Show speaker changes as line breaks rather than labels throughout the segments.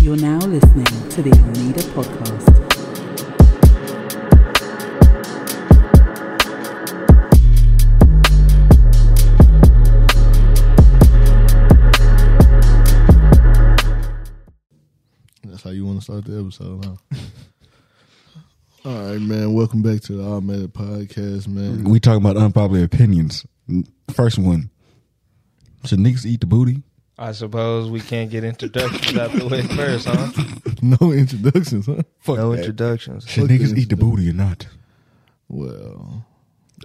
You're now listening to the Anita Podcast.
That's how you want to start the episode, huh? All right, man. Welcome back to the All Mad Podcast, man.
We talking about unpopular opinions. First one. Should niggas eat the booty?
I suppose we can't get introductions out the way first, huh?
No introductions, huh?
Fuck
No
that.
introductions.
Should niggas eat the booty or not?
Well,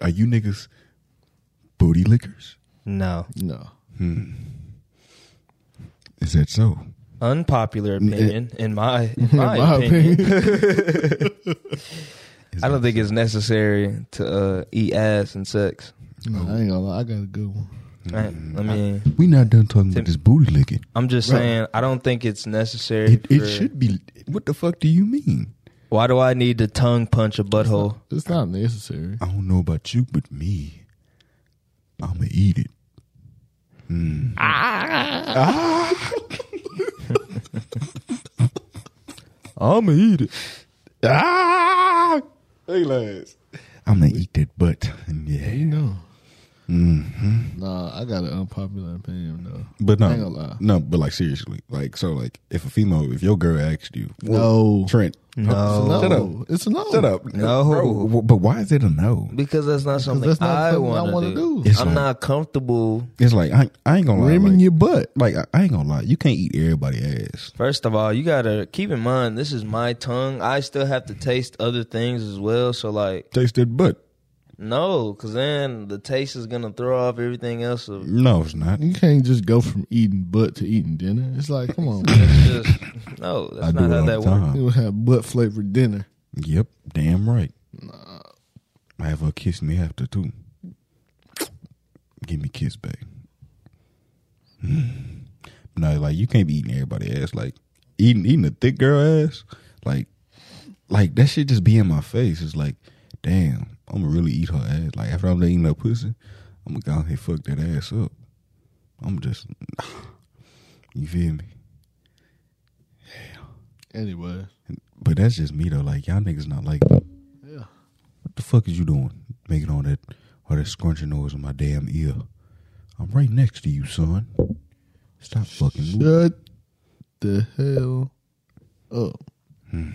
Are you niggas booty lickers?
No.
no.
Hmm. Is that so?
Unpopular opinion, in my, in my,
My
opinion.
opinion.
I don't think it's necessary to uh, eat ass and sex.
No, I ain't gonna lie. I got a good one.
Right? I mean,
We not done talking about this booty licking.
I'm just
Right.
saying, I don't think it's necessary.
It, it
for-
should be. What the fuck do you mean?
Why do I need to tongue punch a butthole?
It's not necessary.
I don't know about you, but me, I'ma eat it. Hmm. Ah.
I'ma eat it.
Ah! Hey, lads. I'ma eat that butt. Yeah.
You know. Mm-hmm. Nah, I got an unpopular opinion though.
But
I ain't gonna lie.
no, no. But like seriously, like so, like if a female, if your girl asked you,
No.
Trent,
No,
shut up,
It's a no.
shut up,
No.
Bro, w- but why is it a no?
Because that's not something
that's not
I
something I
want
wanna
to do.
do.
It's
I'm
like-
not comfortable.
It's like I, I ain't gonna lie,
Rimming
like,
your butt.
like I, I ain't gonna lie, you can't eat everybody ass.
First of all, you gotta keep in mind this is my tongue. I still have to taste other things as well. So like,
Taste that butt?
No, because then the taste is gonna throw off everything else. Of,
No, it's not.
You can't just go from eating butt to eating dinner. It's like, come on, man.
it's just no, that's
I do
not
it
how
all
that
the
works.
time.
You have butt flavored dinner.
Yep, damn right. I have her kiss me after too. Give me kiss, babe. Mm. no, like you can't be eating everybody ass. Like eating eating a thick girl ass. Like like that shit just be in my face. It's like, damn, I'm gonna really eat her ass. Like after I'm done eating her pussy, I'm gonna go out here fuck that ass up. I'm just, you feel me?
Anyway,
But that's just me though. Like y'all niggas not like.
Yeah.
What the fuck is you doing? Making all that all that scrunching noise in my damn ear. I'm right next to you, son. Stop fucking moving.
shut the hell up.
Hmm.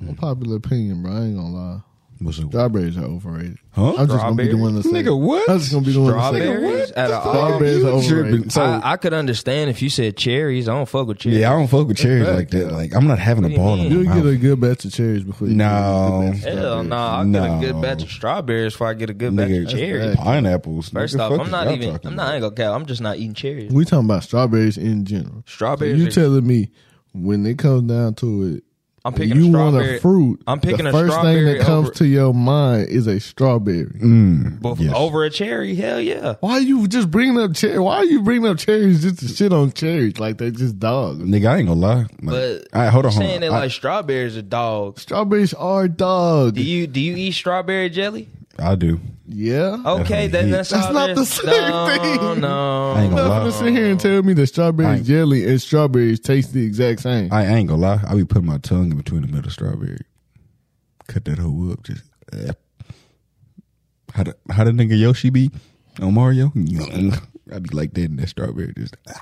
Unpopular opinion, bro. I ain't gonna lie.
What's up?
Strawberries are overrated.
Huh?
I'm just gonna be the one to say.
Nigga, what?
I'm just gonna be the one to say.
Strawberries at all.
Strawberries are
You
overrated.
tripping. So
I, I could understand if you said cherries. I don't fuck with cherries.
yeah, I don't fuck with cherries like that. Like I'm not having a
What do you
ball in
You'll
my
get a
mouth.
good batch of cherries before you
No.
get a good batch of
Hell no,
strawberries.
I get a good
No.
batch of strawberries before I get a good batch
Nigga,
of cherries.
bad.
pineapples.
First
Nigga,
off,
fuck
I'm
is
not
y'all
even.
talking
I'm not I
about?
ain't gonna cap. I'm just not eating cherries.
We talking about strawberries in general. So
Strawberries.
you
are-
telling me when it comes down to it,
I'm picking
you
a
want
strawberry.
a fruit.
I'm picking
the
a
first thing
strawberry
that comes
over-
to your mind is a strawberry.
bef-
Yes.
over a cherry. Hell yeah.
Why you just bringing up cherry? Why you bringing up cherries just to shit on cherries like they just dogs?
Nigga, I ain't gonna lie. Like,
But
all right, hold on, hold
saying
on.
that
I-
like strawberries are dogs.
Strawberries are dogs.
Do you do you eat strawberry jelly?
I do.
yeah.
Definitely
Okay, then
eat.
that's
That's
all
not the
there's-
same
no,
thing.
No,
I ain't
You're not
gonna lie.
gonna sit here and tell me that strawberry jelly and strawberries taste the exact same.
I ain't gonna lie. I be putting my tongue in between the middle of strawberry. Cut that hoe up. Just eh. how the how the nigga Yoshi be on Mario? I be like that in that strawberry. Just ah.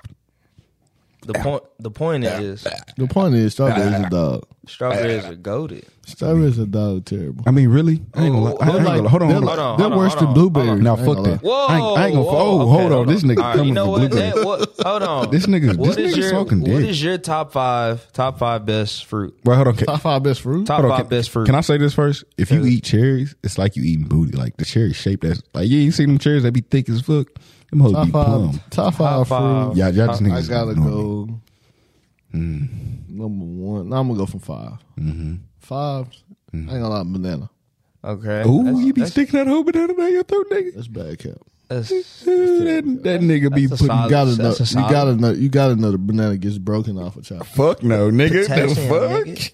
The point the point is
the point is, strawberries are dog.
strawberries are goated.
Strawberries are dog terrible.
I mean, really? I ain't gonna lie. I ain't gonna lie. Hold on,
they're,
hold
Hold
on.
on,
they're
hold on,
worse
hold
than
on,
blueberries.
Now
I ain't
fuck
gonna
that.
lie.
Whoa!
I ain't- I ain't gonna-
whoa,
oh,
okay,
hold on, this nigga
All right,
coming
you know
for
what?
Blue
That, what? Hold on.
This nigga-
What
this
is
nigga's
your
fucking
what
dick.
is your top five top five best fruit?
Well, hold on. Can,
Top five best fruit.
Top
hold on,
five
can-
best fruit.
Can I say this first? If you eat cherries, it's like you eating booty. Like the cherry shape. That's like you ain't seen them cherries. They be thick as fuck. Them hoes
Top
be plumb.
five. Top five
five.
fruit.
Yeah, y'all just
I
niggas.
gotta
ignore me.
go. Number one. No, I'm gonna go from 5 Five. I ain't gonna lie, banana.
Okay.
Ooh,
that's-
you be
that's-
sticking that hoe banana down your throat, nigga.
That's bad cap.
that's-
Ooh, that, that nigga be
that's a
putting
solid-
You gotta know.
that's a
You
solid-
gotta know. You gotta know the banana gets broken off a child.
Fuck no, nigga. The
Potassium,
fuck?
nigga.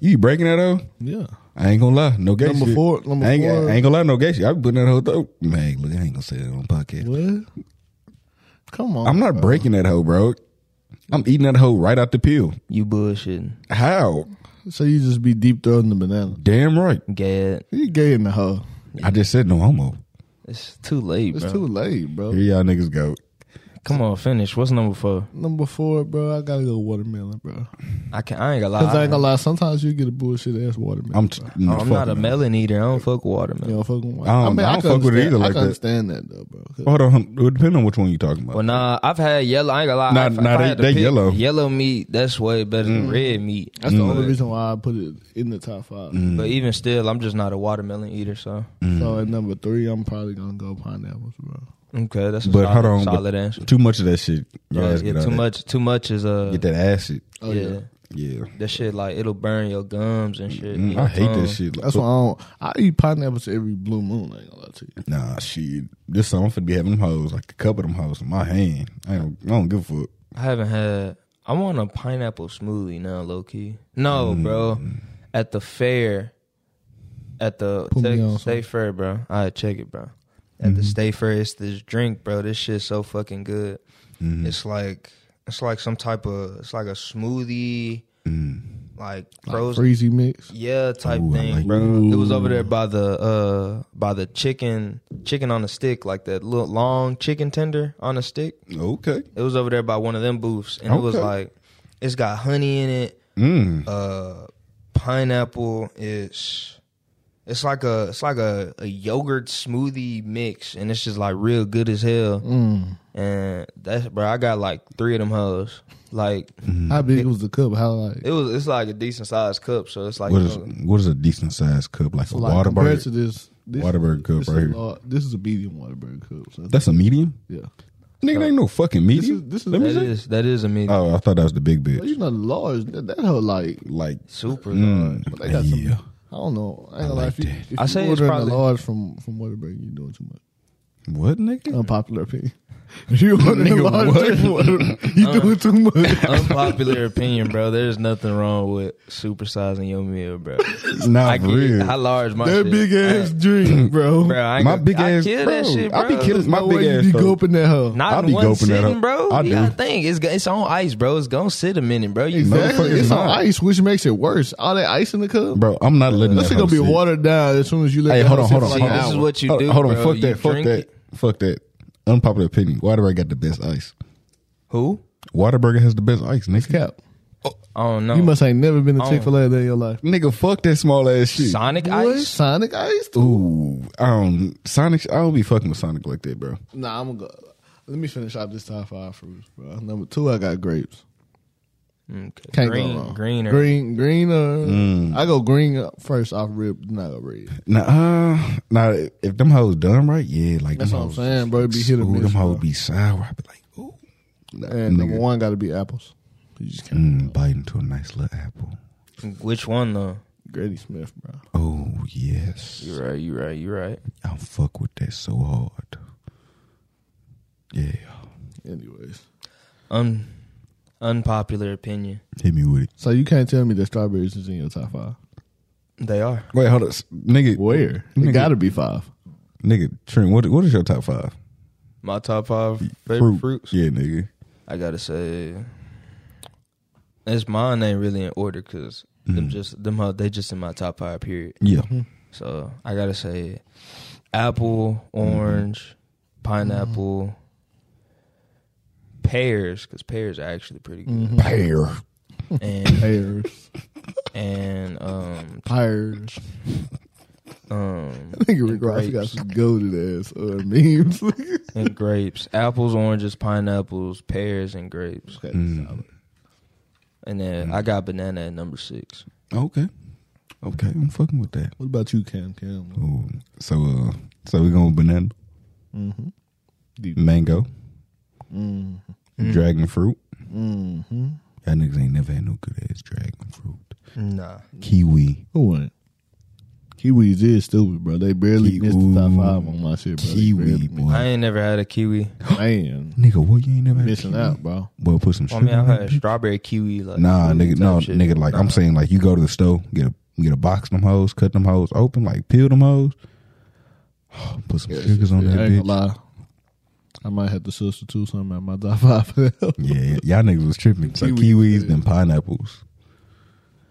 You be breaking that hoe?
Yeah.
I ain't gonna lie, no gay
Number
shit.
four- number
I ain't,
four.
I ain't gonna lie, no gay shit. I be putting that hoe throat. Man, look, I ain't gonna say that on podcast.
What? Come on.
I'm not breaking that hoe, bro. I'm eating that hoe right out the peel.
You bullshitting.
How?
So you just be deep throating the banana.
Damn right.
Gad.
You gay in the hoe.
I just said no homo.
It's too late,
It's
bro.
too late, bro.
Here y'all niggas go.
Come on, finish. What's number four?
Number four, bro, I gotta go watermelon, bro.
I can I ain't gonna lie.
Cause I ain't gonna lie, sometimes you get a bullshit ass watermelon.
I'm,
bro.
Oh, I'm not a
man.
melon eater. I don't fuck
you
watermelon.
know, fucking
I don't- I
can
don't fuck with it
understand-
either
I
like
can
that. Mm.
understand that though, bro. 'Cause
Hold on, hold on. it depends on which one you're talking about.
Well, nah, I've had yellow. I ain't gonna lie.
Nah,
If-
nah,
if I
they-
had to
they
pick
yellow. Mm.
Yellow meat. That's way better than red meat.
That's the only reason why I put it in the top five.
Mm.
But even still, I'm just not a watermelon eater. So
So at number three, I'm probably gonna go pineapples, bro.
okay, that's a
but
solid,
hold on,
solid
but
answer.
Too much of that shit. Y'all
Yeah,
ass
yeah,
get out
too
of that.
much. Too much is uh,
Get that acid.
Oh
yeah,
yeah.
Yeah,
That shit like it'll burn your gums and shit.
Mm,
your
I hate
tongue.
that shit.
That's why I don't. I eat pineapples every blue moon. I ain't gonna lie to you.
Nah, shit. This song I'm finna be having them hoes like a cup of them hoes in my hand. I don't, I don't give a fuck.
I haven't had. I want a pineapple smoothie now, low key. No,
Mm.
bro. At the fair, at the
Put me
Texas
on
state fair, bro. I check it, bro. At
Mm-hmm.
the state fair, it's this drink, bro. This shit's so fucking good.
mm,
It's like it's like some type of it's like a smoothie, like frozen,
Freezy mix.
yeah, type
mm. Ooh, I
thing,
like
bro.
that.
It was over there by the uh by the chicken chicken on a stick, like that little long chicken tender on a stick.
Okay.
It was over there by one of them booths, and it was
Okay.
like it's got honey in it.
Mm.
Uh, pineapple. It's it's like a it's like a, a yogurt smoothie mix, and it's just like real good as hell.
Mm.
And that's bro, I got like three of them hoes. Like
How big was the cup? How like?
it was it's like a decent sized cup, so it's like
What is
you know,
what is a decent sized cup like a
uh, like
water
compared to
Waterburger?
this, this
Waterburger cup
this
right
is
here.
lar- this is a medium Waterburger cup. So
That's a medium.
yeah.
Nigga, ain't no fucking
This
medium.
is this is,
Let me
that
see.
is that is a mean
Oh, I thought that was the big bitch.
you know large. That, that whole like
Like,
super.
mm,
But they got some-
yeah.
I don't know. I ain't gonna lie.
like
If you,
that.
if you
I say it's
ordering
probably-
a large from from Waterburger, you're doing too much.
What nigga?
Unpopular opinion. If you ordering a
Nigga,
large
what?
drink from Whataburger, you
Uh,
doing too much.
Unpopular opinion, bro. There's nothing wrong with supersizing your meal, bro.
Um,
Nah,
I
for
get
real.
how large my
that
shit-
big ass drink, bro.
Bro, I ain't
My
gonna-
big
I
ass-
kill that
bro,
shit, bro.
I be killing- my
No
big
way
ass
You be
though.
gulping that hoe.
Not
I
in
be
one
gulping that
sitting,
up.
bro.
I
you gotta
do.
think it's go- it's on ice, bro. It's gonna sit a minute, bro. You
Exactly.
Motherfuckers
It's on
not.
ice, which makes it worse. All that ice in the cup,
Bro, I'm not letting
That
that
shit gonna
hoe
be
sit.
watered down as soon as you let
Hey,
that
hold
hoe
on,
sit
hold on,
for
hold
like
on.
an
This is
hour.
what you
hold,
do,
Hold on,
bro.
fuck
You
that, fuck
drink
that,
it.
fuck that. Unpopular opinion. Waterburger got the best ice.
Who?
Waterburger has the best ice, nigga.
Cap.
I don't know.
You must ain't never been to
Oh.
Chick Fil A in your life.
Nigga, fuck that small ass shit.
Sonic
What?
ice.
Sonic ice? Ooh.
Ooh, I don't Sonic. I don't be fucking with Sonic like that, bro.
Nah, I'm gonna go. Let me finish out this top five fruits, bro. Number two, I got grapes.
Mm, Okay.
Can't
green,
go wrong. Mm.
greener.
Green, greener. I go green up first off rip, then I go red.
Nah, uh, nah. If them hoes done right, yeah, like
That's
them
what I'm
hoes-
saying, bro. It be hit or
ooh,
miss,
Them
bro.
hoes be sour. I be like, ooh, nah,
And number
nigga.
one got to be apples. You just can't.
mm, bite into a nice little apple.
Which one though?
Grady Smith, bro.
Oh yes,
You right. You right. You right.
I fuck with that so hard. Yeah,
Anyways,
Un, unpopular opinion.
hit me with it.
so you can't tell me that strawberries is in your top five.
They are.
Wait, hold up, s- nigga.
Where
Nigga.
it got to be five.
Nigga, Trent, what what is your top five
My top five favorite fruits.
Yeah, nigga.
I gotta say, it's mine. Ain't really in order because
Mm-hmm.
Mm-hmm.
them just them ho- they just in my top five. Period.
Yeah,
So I gotta say, apple, orange,
Mm-hmm.
pineapple, pears because pears are actually pretty
Mm-hmm.
good,
pear.
and
Pears,
and um
pears.
um
I think Rick Ross got
grapes.
some goaded ass uh, memes.
Mm.
okay,
and grapes, apples, oranges, pineapples, pears, and grapes,
solid.
and
Mm.
then I got banana at number six.
Okay, okay, I'm fucking with that.
What about you, Cam? Cam,
Ooh. So, uh, so we going banana,
mm-hmm. Deep.
mango,
Mm.
dragon fruit.
Mm-hmm.
Y'all niggas ain't never had no good ass dragon fruit.
Nah,
Mm.
Kiwi,
Who won? Kiwis is stupid, bro. They barely
Ki-
missed the top
ooh.
five on my shit, bro. They
kiwi,
barely
boy.
I ain't never had a kiwi.
Man,
nigga, what you ain't never had
missing
kiwi?
out, Oh, bro.
Boy, put some
Well, I
sugar
mean, I
in
had
that bitch.
strawberry kiwi. Like
Nah,
fruit
nigga,
type
no,
shit.
nigga. Like
Nah.
I'm saying, like you go to the store, get a get a box of them hoes, cut them hoes open, like peel them hoes, put some sugars on
I ain't
that
gonna lie.
bitch.
I might have to substitute something at my top five. for that.
Yeah, y'all niggas was tripping. It's like
Kiwis,
kiwis,
yeah.
then pineapples.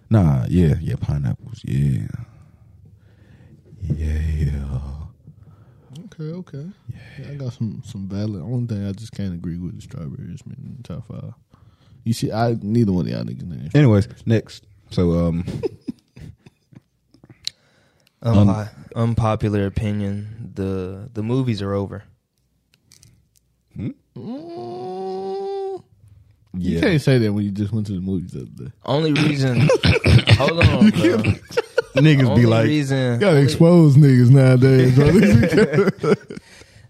Nah, yeah, yeah, pineapples, yeah. Yeah.
okay, okay. Yeah, I got some some valid. Only thing I just can't agree with is strawberries. Man, top five. You see, I neither one of y'all niggas names.
Anyways, next. So, um,
Unpo- Um, unpopular opinion: the the movies are over.
Mm, You
hmm? yeah.
can't say that when you just went to the movies the other day.
Only reason, hold on, bro.
Niggas be
Only
like,
reason,
gotta expose niggas nowadays, brother.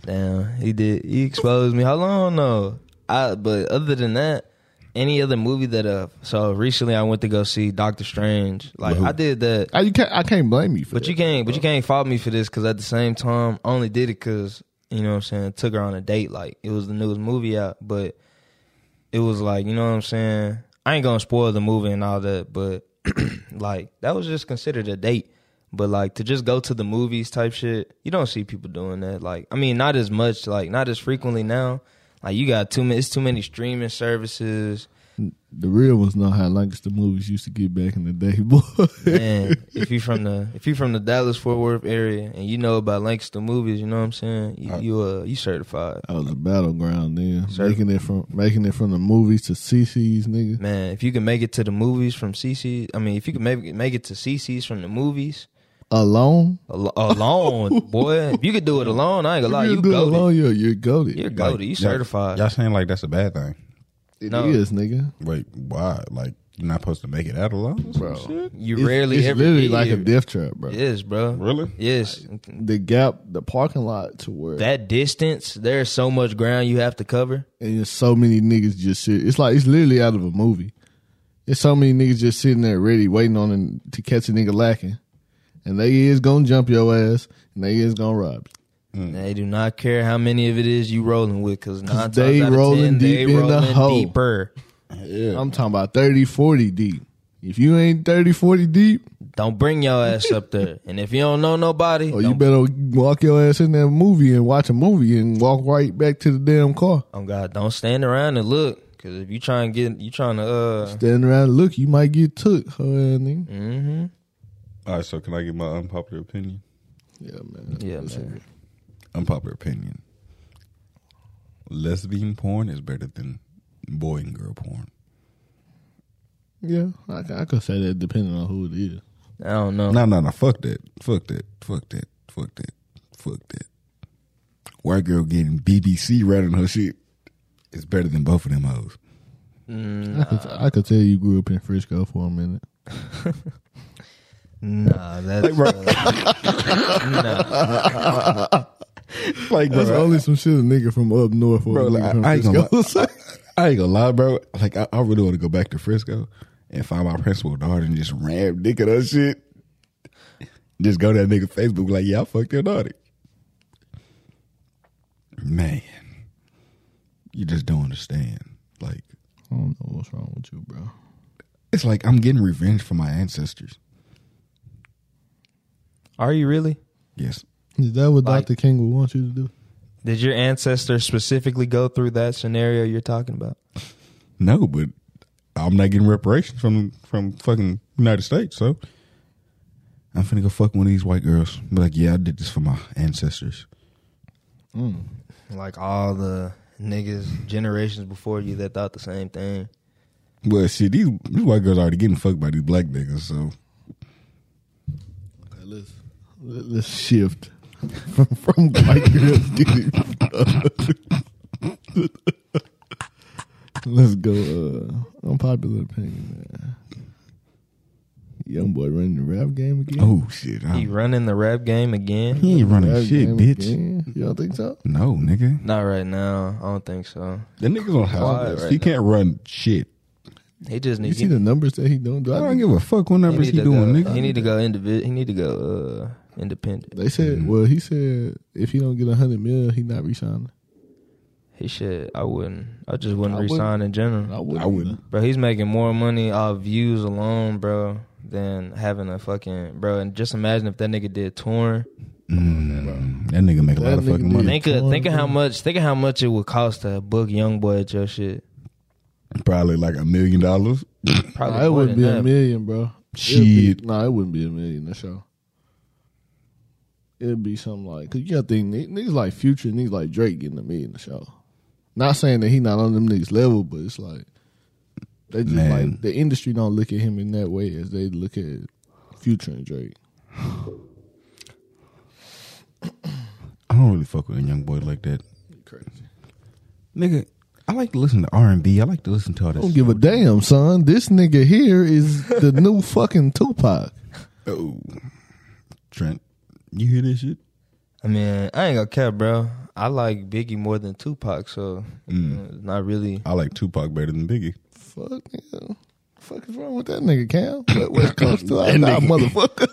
damn, he did, he exposed me. Hold on, no, I. But other than that, any other movie that uh, so recently I went to go see Doctor Strange. Like I did that,
I, you can't, I can't blame you for
but
that.
you can't, but you can't fault me for this because at the same time, I only did it because you know what I'm saying. Took her on a date, like it was the newest movie out, but it was like you know what I'm saying. I ain't gonna spoil the movie and all that, but like that was just considered a date. But like to just go to the movies type shit, you don't see people doing that. Like I mean, not as much, like not as frequently now. Like you got too many, it's too many streaming services.
The real ones know how Lancaster movies used to get back in the day, boy.
Man, if you from the if you from the Dallas Fort Worth area and you know about Lancaster movies, you know what I'm saying. You you, uh, you certified,
I was a battleground then,
Sure.
making it from making it from the movies to CC's, nigga.
man. If you can make it to the movies from CC, I mean, if you can make make it to CC's from the movies
Alone,
al- alone, boy, if you could do it alone, I ain't gonna lie,
If
you
do it
go,
alone, you're you're goaded.
you're
It
goaded, you certified.
Y'all saying like that's a bad thing?
is,
no.
nigga.
Wait, why? Like you're not supposed to make it out alone,
Bro.
You
It's-
rarely
it's
ever
literally
get
like a
here.
death trap, bro.
Yes, bro.
Really?
Yes.
The gap, the parking lot to where,
That distance, there's so much ground you have to cover.
and there's so many niggas just sit. It's like it's literally out of a movie. There's so many niggas just sitting there ready, waiting on them to catch a nigga lacking, and they is gonna jump your ass, and they is gonna rob you.
Mm. They do not care how many of it is you rolling with, because nine times
they
out of
rolling
ten, they
deep in the
rolling
hole.
deeper.
Yeah.
I'm talking about 30, 40 deep. If you ain't 30, 40 deep,
Don't bring your ass up there. And if you don't know nobody,
or
don't-
Oh, you better walk your ass in that movie and watch a movie and walk right back to the damn car.
oh God, don't stand around and look. Because if you try and get, you trying to uh,
Stand around and look, you might get took. Huh, nigga?
mm-hmm.
All right. So can I get my unpopular opinion?
Yeah, man.
yeah,
That's
man.
Unpopular opinion. Lesbian porn is better than boy and girl porn.
Yeah, I, c- I could say that depending on who it is.
I don't know.
No, no, no. Fuck that. Fuck that. Fuck that. Fuck that. Fuck that. White girl getting BBC right on her shit is better than both of them hoes.
I could, I could tell you grew up in Frisco for a minute.
Nah, that's uh, nah.
Like,
That's only some shit a nigga from up north or
Bro,
a nigga
like,
from
I ain't gonna
Frisco.
lie. I ain't gonna lie, bro. Like, I, I really want to go back to Frisco and find my principal daughter and just ram dick at her shit. Just go to that nigga Facebook, like, yeah, I fucked your daughter. Man, you just don't understand. Like,
I don't know what's wrong with you, bro.
it's like I'm getting revenge for my ancestors.
Are you really?
Yes.
Is that what
Like-
Dr. King would want you to do?
Did your ancestors specifically go through that scenario you're talking about?
No, but I'm not getting reparations from from fucking United States, so I'm finna go fuck one of these white girls. Be like, yeah, I did this for my ancestors.
Mm.
Like all the niggas generations before you that thought the same thing.
Well, shit, these, these white girls already getting fucked by these black niggas, so
Okay, let's let- let's shift from from white girls getting Let's go. Uh, unpopular opinion. Man. Young boy running the rap game again.
oh shit, I,
He running the rap game again.
he ain't running
Rap
shit,
game
bitch.
again? You don't think so?
No, nigga,
Not right now. I don't think so.
the niggas on
Why
house.
right
he
now?
can't run shit.
He just
You
needs
see the numbers that he doing? Do
I
I
don't
think-
give a fuck what numbers
he
he
need to
doing,
go,
nigga.
He need to go individ. He need to go uh, independent.
They said. Well, he said if he don't get a hundred mil, he not resigning.
He should. I wouldn't. I just wouldn't
I wouldn't.
resign in general.
wouldn't.
I wouldn't.
Bro, he's making more money off views alone, bro, than having a fucking bro. And just imagine if that nigga did touring.
Mm. That nigga make a
That
lot of
nigga
fucking
did.
money.
Think of think of how much think of how much it would cost to book young boy at your shit.
Probably like a million dollars.
Probably
Nah, it
more
wouldn't
than
be
that.
a million, bro.
Shit.
No, it wouldn't be a million. That's all. It'd be something like because you got to think ni- niggas like Future, niggas like Drake getting a million a show. Not saying that he not on them niggas level, but it's like they just
Man.
like the industry don't look at him in that way as they look at Future and Drake.
I don't really fuck with a young boy like that.
Crazy.
Nigga, I like to listen to R and B. I like to listen to all
I don't
this.
give a damn, son. This nigga here is the new fucking Tupac.
Oh, Trent, you hear this shit?
I mean, I ain't gonna care, bro. I like Biggie more than Tupac, so
Mm.
uh, not really.
I like Tupac better than Biggie.
Fuck, nigga. Fuck is wrong with that nigga, Cam? What- West Coast to I die, motherfucker.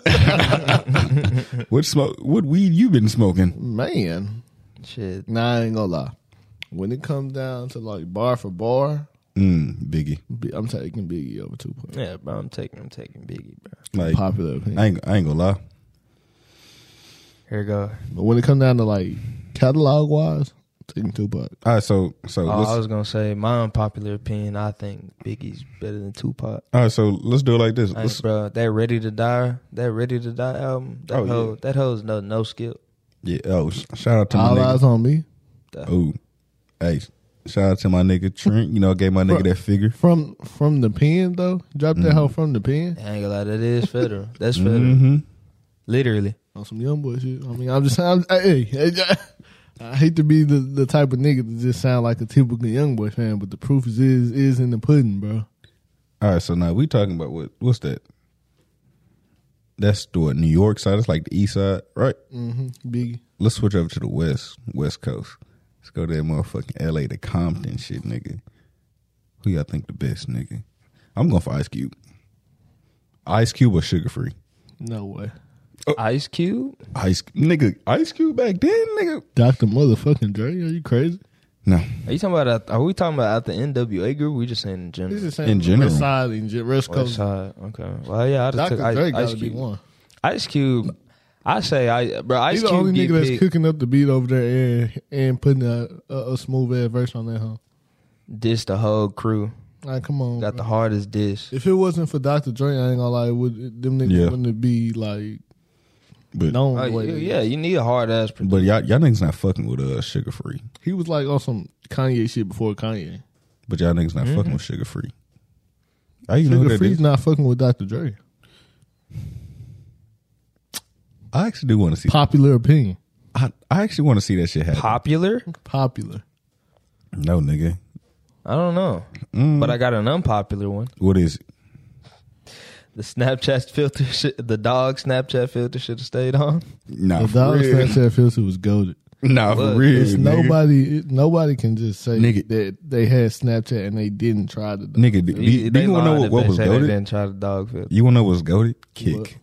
What smoke? What weed you been smoking?
Man.
Shit,
Nah, I ain't gonna lie. When it comes down to like bar for bar,
Mm, Biggie.
B- I'm taking Biggie over Tupac.
yeah, bro. I'm taking I'm taking Biggie, bro.
Like
Popular opinion.
I ain't, I ain't gonna lie.
Here we go.
but when it comes down to like catalog wise, taking Tupac.
All right, so so
Oh,
let's,
I was gonna say my unpopular opinion. I think Biggie's better than Tupac.
all right, so let's do it like this.
Hey,
Let's-
bro, that Ready to Die, that Ready to Die album, that
Oh, yeah.
whole that hoe's no no skill.
yeah. Oh, sh- shout out to my
All
nigga.
eyes on me.
Oh, hey, shout out to my nigga Trent. You know, I gave my nigga that figure.
From from the pen though. Drop that hoe from the pen.
I ain't gonna lie, that is federal. That's federal,
Mm-hmm.
literally.
On some young boy shit. I mean, I'm just I'm, hey, hey, I hate to be the, the type of nigga to just sound like a typical young boy fan, but the proof is is, is in the pudding, bro.
All right, so now we talking about what? What's that? That's the what, New York side. It's like the East side, right?
hmm Biggie.
Let's switch over to the West, West Coast. Let's go to that motherfucking L.A. to Compton shit, nigga. Who y'all think the best, nigga? I'm going for Ice Cube. Ice Cube or Sugar Free?
No way.
Ice Cube,
Ice nigga, Ice Cube back then, nigga.
Doctor motherfucking Dre, are you crazy?
No,
are you talking about? At, are we talking about at the NWA group? We just saying in general.
This is
In
saying
general.
West Side and gen- West
West
Coast.
Side. Okay. Well, yeah, I just
Dr.
took Ice,
Dre
Ice
gotta be
Cube.
one.
Ice Cube. I say I bro. Ice
He's the
Cube
only
get
nigga that's
picked.
cooking up the beat over there and, and putting a, a, a smooth ass verse on that huh?
Diss the whole crew.
Like, come on.
Got the
bro.
hardest diss.
if it wasn't for Dr. Dre, I ain't gonna lie, would them niggas
Yeah.
wouldn't be like
but
known
Oh,
the way
you-
they
yeah,
is.
you need a hard ass. Producer.
but y'all y'all niggas not fucking with uh Sugar Free.
He was like on some Kanye shit before Kanye.
But y'all niggas not
Mm-hmm.
fucking with Sugar Free. I even know who
Sugar
that
Free's
is.
not fucking with Dr. Dre.
I actually do want to see.
Popular opinion.
I, I actually want to see that shit happen.
Popular?
Popular.
No, nigga. Mm,
I don't know, but
Hmm.
I got an unpopular one.
What is it?
The Snapchat filter, shit, the dog Snapchat filter should have stayed on.
Nah,
The
for
dog
real.
Snapchat filter was goaded.
Nah,
What?
for real.
It's
nigga.
nobody it- nobody can just say
Nigga.
that they had Snapchat and they didn't try to
Nigga, do, do,
You-
you- do
they
you want to
lying
know
if
what, what
they
was
say they
goaded?
Didn't try the dog filter.
You want to know what's goaded? Kick.
What?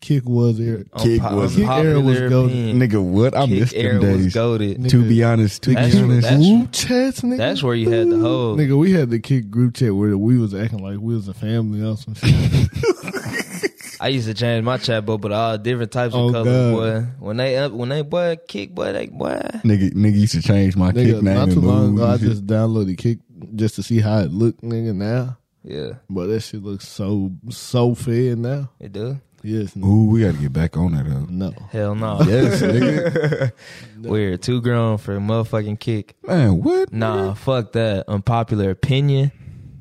kick was Eric.
Kick
Unpo-
was-
Kick era was
unpopular
goated.
opinion.
Mm. Nigga, what? I
Kick
missed
era
them
was
days.
goaded.
To be honest, to
That's-
be honest.
that's-
group chats, nigga.
That's where you had the whole.
Nigga, we had the kick group chat where we was acting like we was a family or some shit.
I used to change my chat, but but all different types
Oh,
of colors.
God.
Boy, when they up, when they boy kick, boy they boy.
Nigga, nigga used to change my
nigga,
kick name.
not
and
too long
move
ago, I
and shit.
just downloaded kick just to see how it looked, nigga. Now,
Yeah,
but that shit looks so so fair now.
it do.
Yes, nigga.
Ooh, we got to get back on that, though.
no.
Hell no.
Yes, nigga.
We're too grown for a motherfucking kick.
Man, what?
Nah, fuck that. Unpopular opinion.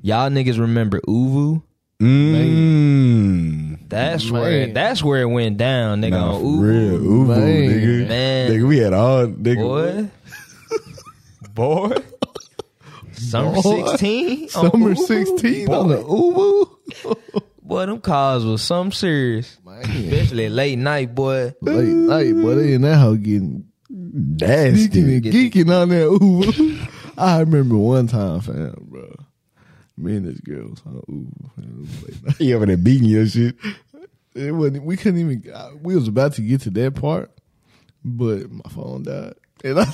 Y'all niggas remember Uvu?
Mmm.
That's where
Man.
that's where it went down, nigga.
Nah,
on
for
Uvu.
real. Uvu,
Man.
nigga.
Man.
Nigga, we had all nigga.
Boy. Boy. Summer
Boy.
16? on
Summer
Uvu?
sixteen on
Boy.
the Ubu.
boy, them calls was some serious. Especially late night, boy.
Late night, boy. They in that hoe getting geeking
Nasty.
and geeking on that Uber. I remember one time, fam, bro. Me and this girl was on Uber. Fam. It was late night.
You over there beating your shit.
It wasn't. We couldn't even. I- we was about to get to that part, but my phone died, and I.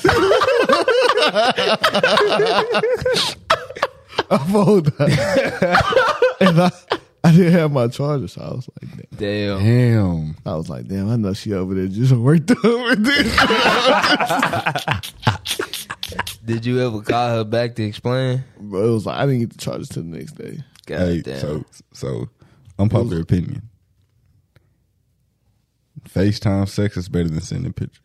my phone died, and I. I I didn't have my charger, so I was like, damn.
Oh.
Damn.
Damn.
I was like, damn, I know she over there just worked up with this.
Did you ever call her back to explain?
Bro, it was like I didn't get the charger till the next day.
God
Hey,
damn.
so so unpopular opinion. FaceTime sex is better than sending pictures.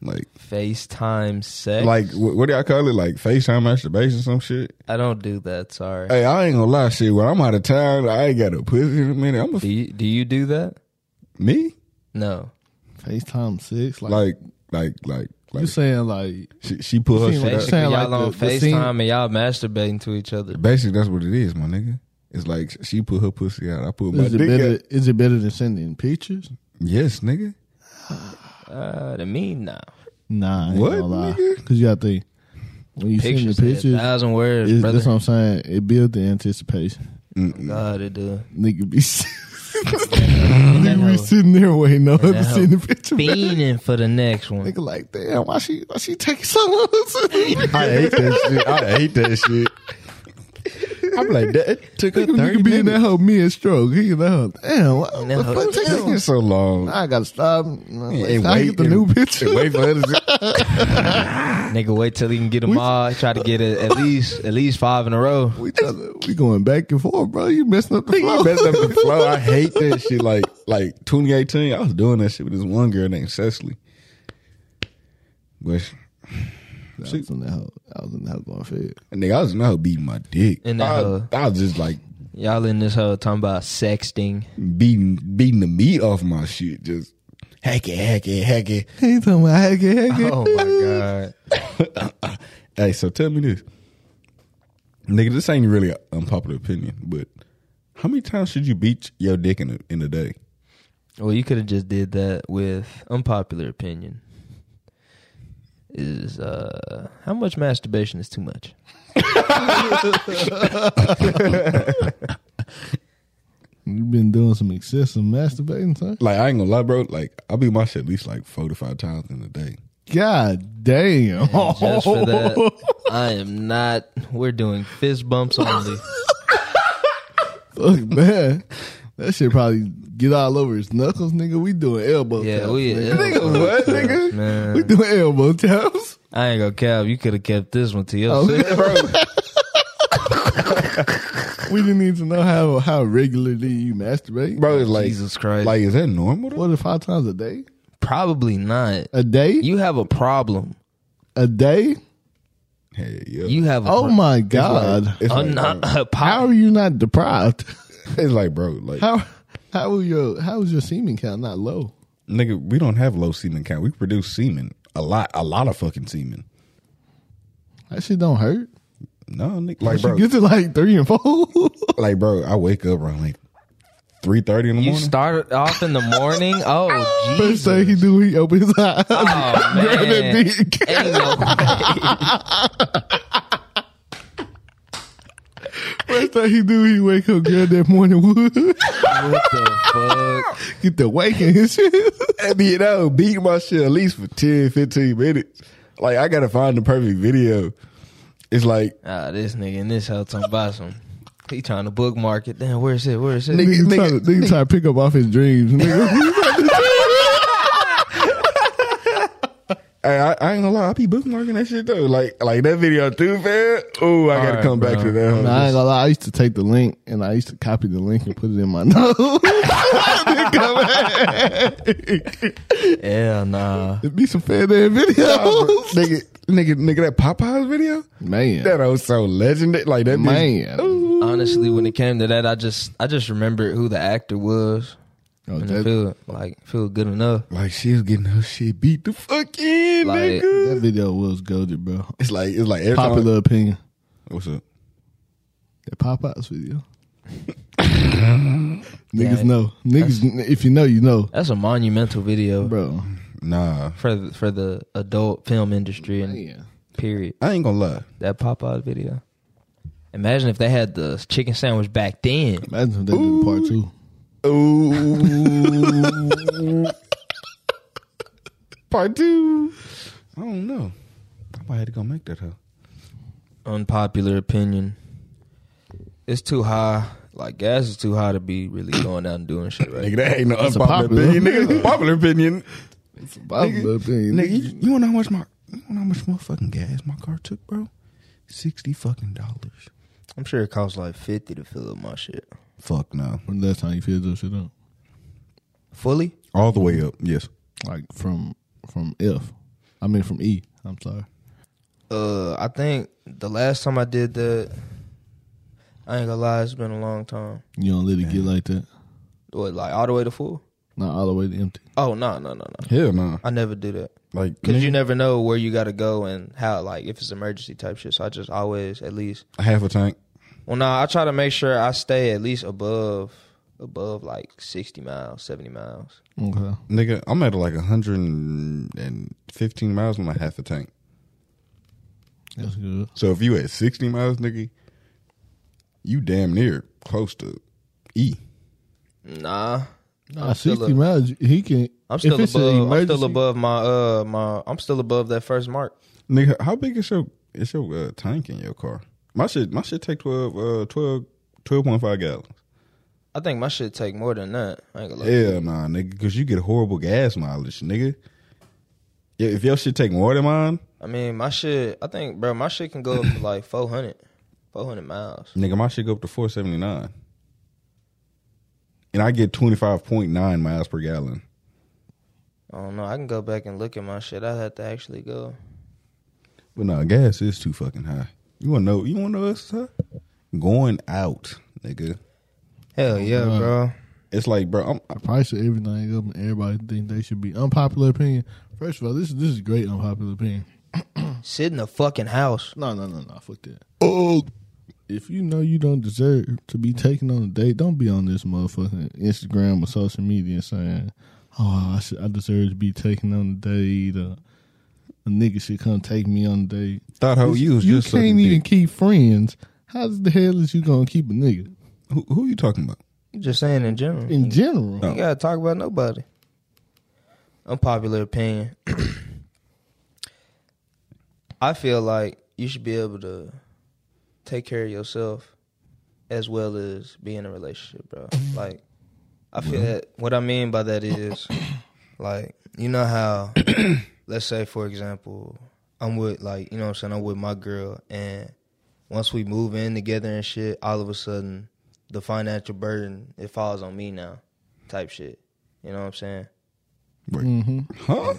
Like
FaceTime sex.
like what, what do y'all call it? Like FaceTime masturbation, some shit.
I don't do that. Sorry.
Hey, I ain't gonna lie, shit. When I'm out of town, I ain't got a pussy in a minute. I'm a
Do you do you do that?
me.
No.
FaceTime six, like,
Like like like like
you saying, like
she, she put her
You
shit
seen like- sound
out.
Basically, y'all
the-
on
the scene-
FaceTime and y'all masturbating to each other.
Basically, that's what it is, my nigga. It's like she put her pussy out. I put my
is it
dick
better?
out.
Is it better than sending pictures?
Yes, nigga.
Uh, to me, nah.
Nah, I ain't
What,
gonna lie.
nigga?
Cause you got to think when you send the
Pictures, pictures
pictures,
a thousand words,
it's,
brother.
that's what I'm saying. It builds the anticipation.
God, it do.
Nigga be, nigga be sitting there waiting on her
that
to send the
hoe
picture. back.
Fiending for the next one.
Nigga like, damn, why she why she taking so long?
I hate that shit. I hate that shit. I'm like, that it took her
Nigga,
thirty
nigga be in that
minutes.
hoe me and stroke. He in that hoe. Damn, why
In that
the
hoe,
fuck taking so
Taking so long.
I gotta stop. And I
wait
get the
and-
new
and
picture.
Wait for her to
Nigga, wait till he can get them all. Try to get a, at least at least five in a row.
We, tell- we going back and forth, bro. You messing up the flow.
mess up the flow. I hate that shit. Like, like 2018, I was doing that shit with this one girl named Cecily. But she-
I was in that hoe. I was in that hoe going fed.
nigga, I was not beating my dick.
In that
I,
hoe.
I was just like
Y'all in this hole talking about sexting.
beating beating the meat off my shit. Just hack it, hack it, hack it.
He talking about heck it, heck it.
Oh my god.
Hey, so tell me this, nigga. This ain't really an unpopular opinion, but how many times should you beat your dick in a, in a day?
Well, you could have just did that with unpopular opinion. Is uh how much masturbation is too much?
You been doing some excessive masturbating, son?
Like I ain't gonna lie, bro. Like I beat my shit at least like four to five times in a day.
God damn.
And just for that, I am not. We're doing fist bumps only.
Fuck man. That shit probably get all over his knuckles, nigga. We doing elbow
Yeah,
taps.
we
nigga.
elbow
nigga, what,
taps,
nigga?
man.
We doing elbow taps.
I ain't gonna cap. You could have kept this one to
Oh,
yourself.
We didn't need to know how how regularly you masturbate.
Bro, it's like
Jesus Christ.
Like, is that normal? Though?
What if five times a day?
Probably not.
A day?
You have a problem.
a day?
Hey, yeah.
You have a
Oh
pro-
my god.
It's
a,
like,
not
bro,
a
how
power.
are you not deprived?
it's like, bro, like
How how will your how is your semen count not low?
nigga, we don't have low semen count. We produce semen a lot, a lot of fucking semen.
That shit don't hurt.
No, nigga, like
She
bro,
gets it like three and four.
like bro, I wake up around like three thirty in the
You
morning.
started off in the morning. Oh
First
Jesus.
thing he do, he open his eyes.
Oh man.
that dick.
Ain't no way.
First thing he do, he wake up, grab that morning wood,
What the fuck?
get the wake in his shit.
I mean, you know, beat my shit at least for 10, 15 minutes. Like, I gotta find the perfect video. It's like,
Ah, this nigga in this house talking about some. He trying to bookmark it. Damn, where is it? Where is it?
Nigga,
nigga-
try to, nigga try to pick up off his dreams. Nigga,
hey, I, I ain't gonna lie, I be bookmarking that shit though. Like, like that video too fast. Oh, I gotta
right,
come back
bro.
to that.
Nah, I ain't gonna lie. I used to take the link and I used to copy the link and put it in my notes.
Yeah, nah.
It'd be some fair damn
Nah, bro.
videos.
nigga, nigga, nigga, that Popeyes video?
Man,
That was so legendary. Like, that bitch-
man. Oh,
Honestly, when it came to that, I just I just remembered who the actor was. and I
Oh, that, that
feel like feel good enough.
Like, she was getting her shit beat the fuck in,
Like-
nigga.
video was goaded, bro.
It's like, it's like every time-
Popular opinion.
What's up?
That Popeyes video. Niggas
Yeah.
know. Niggas, if you know, you know,
That's a monumental video
bro.
Nah.
for the, for the adult film industry and period.
I ain't gonna lie.
That Popeye video. Imagine if they had the chicken sandwich back then.
Imagine if they did a part two.
Oh. Ooh. Part two. I don't know. I might have to go make that hoe.
Unpopular opinion. It's too high. Like gas is too high to be really going out and doing shit right.
Nigga, that ain't no
That's a
unpopular
popular-
opinion. Nigga, it's a popular opinion.
It's about the opinion.
Nigga, you, you wanna know how much my you wanna know how much motherfucking gas my car took, bro? Sixty fucking dollars.
I'm sure it costs like fifty to fill up my shit
Fuck no.
When the last time you filled your shit up?
fully.
All the way up. Yes.
Like from from F. I mean from E. I'm sorry.
Uh, I think the last time I did that, I ain't gonna lie, it's been a long time.
You don't let it get like that.
What, like all the way to full?
Not all the way to empty.
Oh no, no, no, no.
Hell no.
I never do that
Like
because you
nigga,
never know where you gotta go and how. Like if it's emergency type shit, so I just always at least.
half a tank.
Well, nah, I try to make sure I stay at least above above like sixty miles, seventy miles.
Okay.
Nigga, I'm at like hundred and fifteen miles on my half a tank.
That's good.
So if you at sixty miles, nigga, you damn near close to E.
Nah,
Nah,
I'm still
sixty
a-
miles. He can.
I'm still
if it's an
above. I'm
emergency-
still above my uh my. I'm still above that first mark.
Nigga, how big is your is your uh, tank in your car? My shit, my shit take 12, uh, 12, 12.5 gallons.
I think my shit take more than that. I ain't gonna lie.
Hell nah, nigga, because you get horrible gas mileage, nigga. Yeah, If your shit take more than mine,
I mean, my shit. I think, bro, my shit can go up to like 400, 400 miles.
nigga, my shit go up to four seventy nine, and I get twenty five point nine miles per gallon.
I don't know. I can go back and look at my shit. I have to actually go.
But nah, gas is too fucking high. You wanna know? You wanna know us? Huh? Going out, nigga.
Hell yeah, bro.
It's like, bro, I'm,
The price of everything up, and everybody think they should be unpopular opinion. First of all, this this is great unpopular opinion.
Sit in the fucking house.
No, no, no, no. Fuck that. Oh, if you know you don't deserve to be taken on a date, don't be on this motherfucking Instagram or social media saying, "Oh, I should, I deserve to be taken on a date." Or, a nigga should come take me on a date.
thought how Oh, you was
you
just
can't
sucking
even
dick.
keep friends. How the hell is you gonna keep a nigga
Who, who you talking about?
Just saying in general.
Mm-hmm.
in general?
You gotta talk about nobody. Unpopular opinion. I feel like you should be able to take care of yourself as well as be in a relationship, bro. Like, I feel that what I mean by that is, like, you know how, let's say, for example, I'm with, like, you know what I'm saying, I'm with my girl, and once we move in together and shit, all of a sudden, the financial burden, it falls on me now, type shit. You know what I'm saying?
Wait,
Mm-hmm.
huh?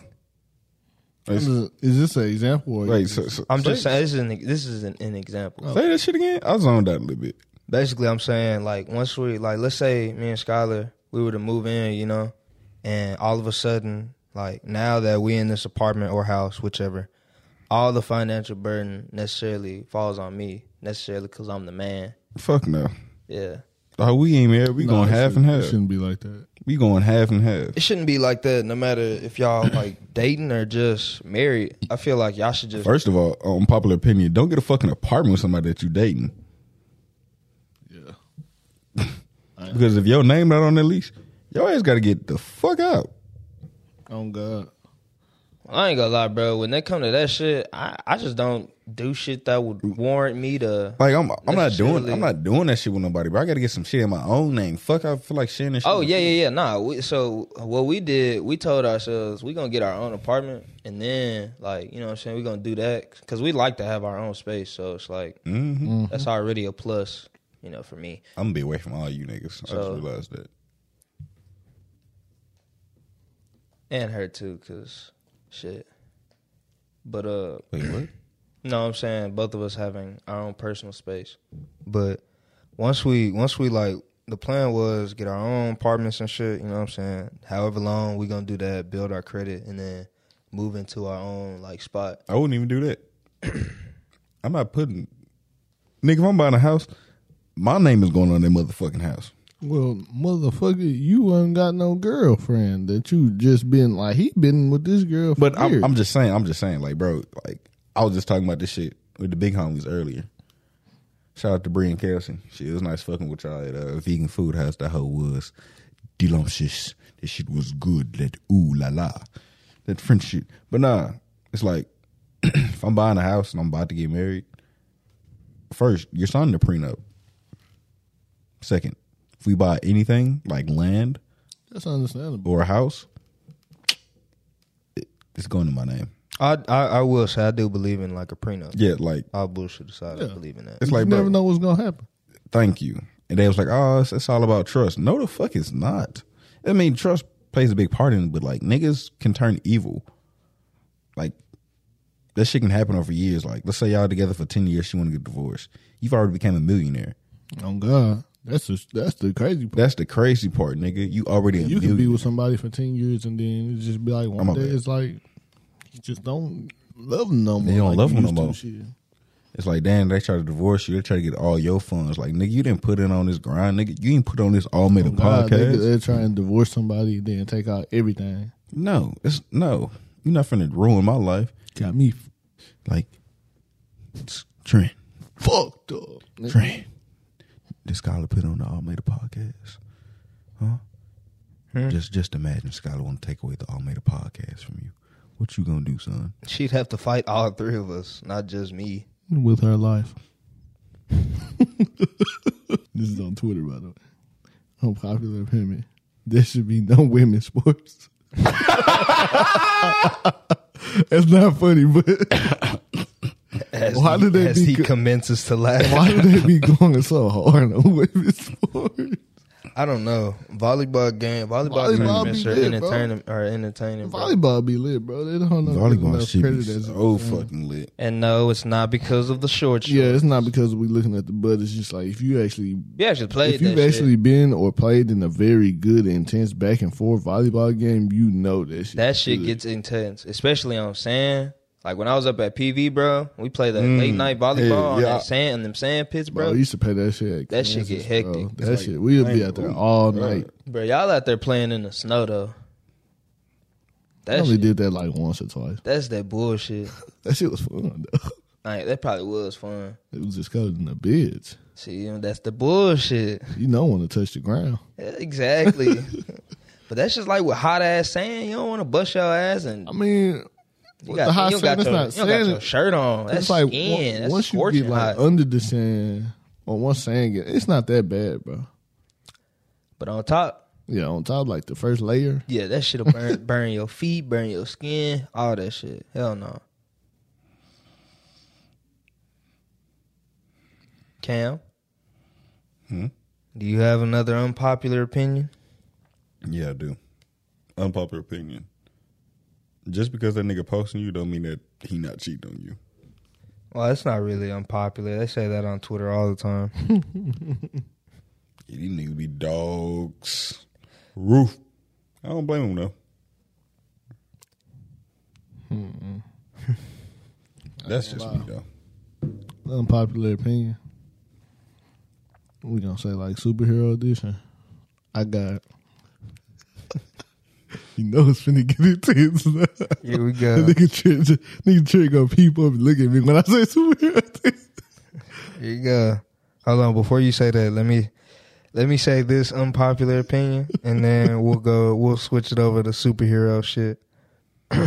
It's-
Is this an example? Or
wait, so, so,
I'm
say,
just saying this is an, this is an, an example.
Say that shit again. I zoned out a little bit.
Basically, I'm saying like once we like let's say me and Skylar we were to move in, you know, and all of a sudden like now that we in this apartment or house, whichever, all the financial burden necessarily falls on me necessarily because I'm the man.
Fuck no.
Yeah,
Oh, we ain't married. We
Nah,
going
it
half and
shouldn't- It
half.
shouldn't be like that.
We going half and half.
it shouldn't be like that. No matter if y'all like dating or just married, I feel like y'all should just
First of all, on popular opinion, don't get a fucking apartment with somebody that you dating.
Yeah.
Because if your name not on that lease, your ass got to get the fuck out.
Oh God.
I ain't gonna lie, bro. When they come to that shit, I, I just don't do shit that would warrant me to.
Like I'm, I'm not doing,
Necessarily.
I'm not doing that shit with nobody, bro. I got to get some shit in my own name. Fuck, I feel like sharing this. Shit
Oh
with
yeah,
you.
yeah, yeah. Nah. We, so what we did, we told ourselves we gonna get our own apartment, and then like you know what I'm saying, we gonna do that because we like to have our own space. So it's like
Mm-hmm.
that's already a plus, you know, for me.
I'm gonna be away from all you niggas. I
So-
just realized that.
and her too, cause shit. But uh,
Wait, what?
no, I'm saying both of us having our own personal space. But once we, once we like, the plan was get our own apartments and shit. You know what I'm saying? However long we gonna do that, build our credit, and then move into our own like spot.
I wouldn't even do that. I'm not putting, nigga. If I'm buying a house, my name is going on that motherfucking house.
Well, motherfucker, you ain't got no girlfriend that you just been like he been with this girl. For
But I'm,
years.
I'm just saying, I'm just saying, like, bro, like, I was just talking about this shit with the big homies earlier. Shout out to Bree and Kelsey. Shit, it was nice fucking with y'all at uh, Vegan Food House. That hoe was delicious. That shit was good. That ooh la la. That French shit. But nah, it's like, if I'm buying a house and I'm about to get married, first, you're signing a prenup. Second, if we buy anything like land
That's understandable.
or a house, it- it's going in my name.
I, I I will say I do believe in like a prenup.
Yeah, like
I'll bullshit aside. I
Yeah.
believe in that.
it's like
you never
bro,
know what's gonna happen.
thank you. And they was like, oh, it's, it's all about trust. No, the fuck it's not. I mean, trust plays a big part in it, but like niggas can turn evil. Like that shit can happen over years. Like let's say y'all together for ten years, she want to get divorced. You've already became a millionaire.
Oh God, that's the that's the crazy part.
That's the crazy part, nigga. You already a
you can be
millionaire.
with somebody for ten years and then it just be like one
I'm a
day
bad.
it's like you just don't love them no more.
don't
like
love
you
them
used
no
to,
more.
shit.
It's like, damn, they try to divorce you. They try to get all your funds. Like, nigga, you didn't put in on this grind, nigga. You ain't put on this all made a
Oh, God, they,
podcast.
they try and divorce somebody then take out everything.
no, it's no. You're not finna ruin my life.
Got me
Like, it's Trent,
fucked up. nigga.
Trent. Did Skylar put on the all made a podcast? Huh? Just, just imagine Skylar want to take away the all made a podcast from you. What you gonna do, son?
She'd have to fight all three of us, not just me.
with her life. this is on Twitter, by the way. Unpopular opinion. There should be no women's sports. It's not funny, but
As
Why
he,
did they
as
be
he
co-
commences to laugh?
why do they be going so hard on women's sports?
I don't know. Volleyball game, volleyball,
Volleyball
tournaments
be
are
lit, bro.
entertaining, are entertaining. bro.
Volleyball be lit, bro. They don't know
Volleyball
enough
shit
credit
be
as-
so fucking lit.
And no, it's not because of the short.
Yeah, it's not because we looking at the butt. It's just like if you actually
yeah, she played
if you've
that
actually
shit.
been or played in a very good, intense back and forth volleyball game, you know that shit.
That shit
good.
gets intense, especially on sand. Like when I was up at PV, bro, we played that late night volleyball on
yeah.
that sand, on them sand pits,
Mm. bro.
bro.
I used to pay that shit. at
That shit
Kansas,
get hectic.
bro.
It's
That shit, we'll be out there all night.
Bro, y'all out there playing in the snow though.
I
That
only
shit,
did that like once or twice.
that's that bullshit.
That shit was fun though.
like that probably was fun.
It was just covered in the bids.
See, and that's the bullshit.
You don't want to touch the ground.
Yeah, Exactly. but that's just like with hot ass sand. You don't want to bust your ass and
I mean,
you
Um, with
got,
the hot
you don't
sand,
got
it's
your,
not
you don't got
sand.
your shirt on. That's
it's like
skin.
on-
that's
once you
scorching
get like
hot.
under the sand or once sand get, it's not that bad, bro.
but on top,
Yeah, on top like the first layer,
yeah, that shit'll burn burn your feet, burn your skin, all that shit. Hell no. Cam?
Hmm?
Do you have another unpopular opinion?
Yeah, I do. Unpopular opinion. Just because that nigga posting you don't mean that he not cheating on you.
Well, that's not really unpopular. They say that on Twitter all the time.
Yeah, these niggas be dogs. Roof. I don't blame him though. That's just me though.
unpopular opinion. We gonna say like superhero edition. I got. you know it's finna get intense. now.
Here we
The
go.
nigga trick, nigga trick gonna peep up and look at me when I say superhero.
Here you go. Hold on, before you say that, let me let me say this unpopular opinion, and then we'll go. We'll switch it over to superhero shit.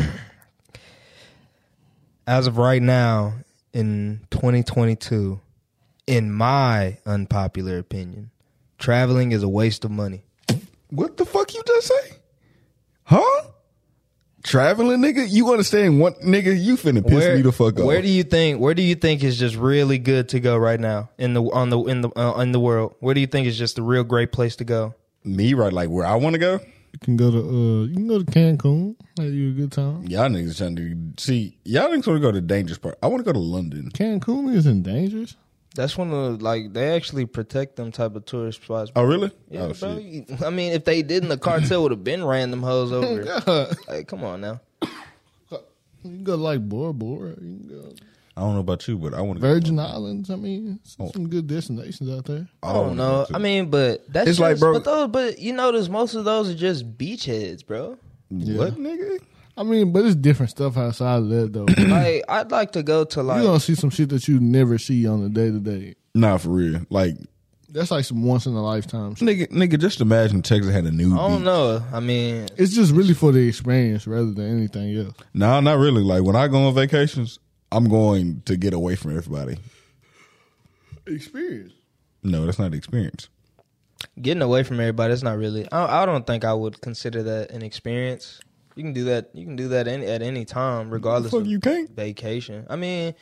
As of right now, in 2022, in my unpopular opinion, traveling is a waste of money.
What the fuck you just say? Huh? Traveling nigga? You understand what nigga you finna piss me the fuck off.
Where do you think? Where do you think is just really good to go right now in the on the in the uh, in the world? Where do you think is just the real great place to go?
me right like where I wanna go?
you can go to uh, you can go to Cancun. Have you a good time?
Y'all niggas trying to see y'all niggas wanna go to the dangerous part. I wanna go to London.
Cancun isn't dangerous.
That's one of the, like they actually protect them type of tourist spots.
Oh really?
Yeah,
oh
bro.
shit.
You- I mean, if they didn't, the cartel would have been random hoes over. Like, come on now.
You can go to like Bora Bora. You can go
I don't know about you, but I wanna go
Virgin Islands. I mean, s- some good destinations out there.
I don't
wanna
know.
go to-
I mean, but that's
It's like,
just-
bro-
But, those, but you notice most of those are just beachheads, bro.
What nigga?
I mean, but it's different stuff outside of that though. you
Like, I'd like to go to like.
gonna see some shit that you never see on a day to day.
Nah, for real. Like
That's like some once in a lifetime. shit.
nigga, nigga, just imagine Texas had a nude
I don't
beach.
know. I mean,
It's just really for the experience rather than anything else.
Nah, not really. Like when I go on vacations, I'm going to get away from everybody.
Experience.
No, that's not the experience.
Getting away from everybody, it's not really. I, I don't think I would consider that an experience. You can do that. You can do that any, at any time, regardless
Fuck,
of
you can't.
vacation. I mean,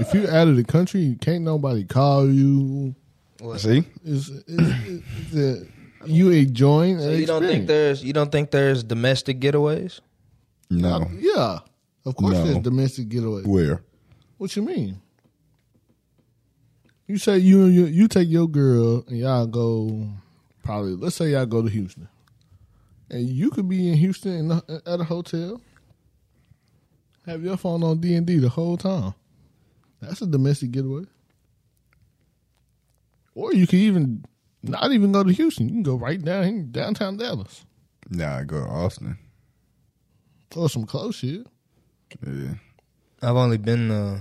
If you out of the country, can't nobody call you.
what-
See,
It's, it's, it's the, you enjoying.
so
an
you don't think
experience.
there's you don't think there's domestic getaways?
no,
Yeah, of course.
No.
There's domestic getaway.
where?
What you mean? You say you and you, you take your girl and y'all go probably let's say y'all go to Houston, and you could be in Houston in a, at a hotel, have your phone on D and D the whole time. That's a domestic getaway. Or you could even not even go to Houston. You can go right down here, downtown Dallas
Nah, I go to Austin.
or some close shit.
Yeah,
I've only been uh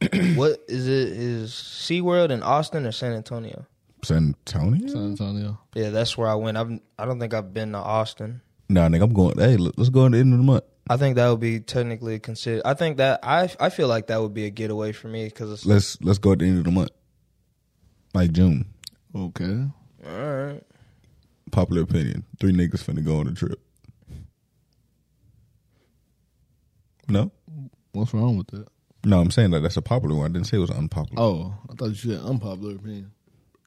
what is it is SeaWorld in Austin or San Antonio?
San Antonio.
San Antonio.
Yeah, that's where I went. I've I don't think I've been to Austin.
Nah, nigga, I'm going. Hey, look, let's go at the end of the month.
I think that would be technically considered. I think that I I feel like that would be a getaway for me because it's
Let's let's go at the end of the month, like June.
Okay.
all right.
Popular opinion: three niggas finna go on a trip. No,
What's wrong with that?
no, I'm saying that that's a popular one. I didn't say it was unpopular.
Oh, I thought you said unpopular opinion.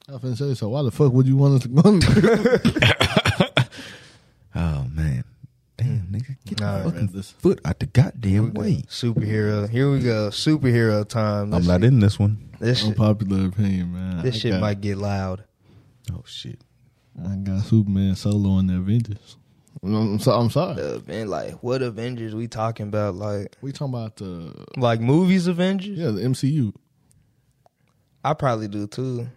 I was finna say so. Why the fuck would you want us to go? on the-
Oh man, damn nigga, get
Nah,
your fucking
man, this-
foot out the goddamn way.
Superhero. Here we go. Superhero time.
I'm
This
not
shit,
in this one.
This shit,
unpopular opinion, man.
this
I
shit
got,
might get loud.
Oh shit.
I got Superman solo in the Avengers. I'm, I'm so, I'm sorry.
Uh, man, like what Avengers we talking about? Like
We talking about the
like movies Avengers?
yeah the MCU.
I probably do too.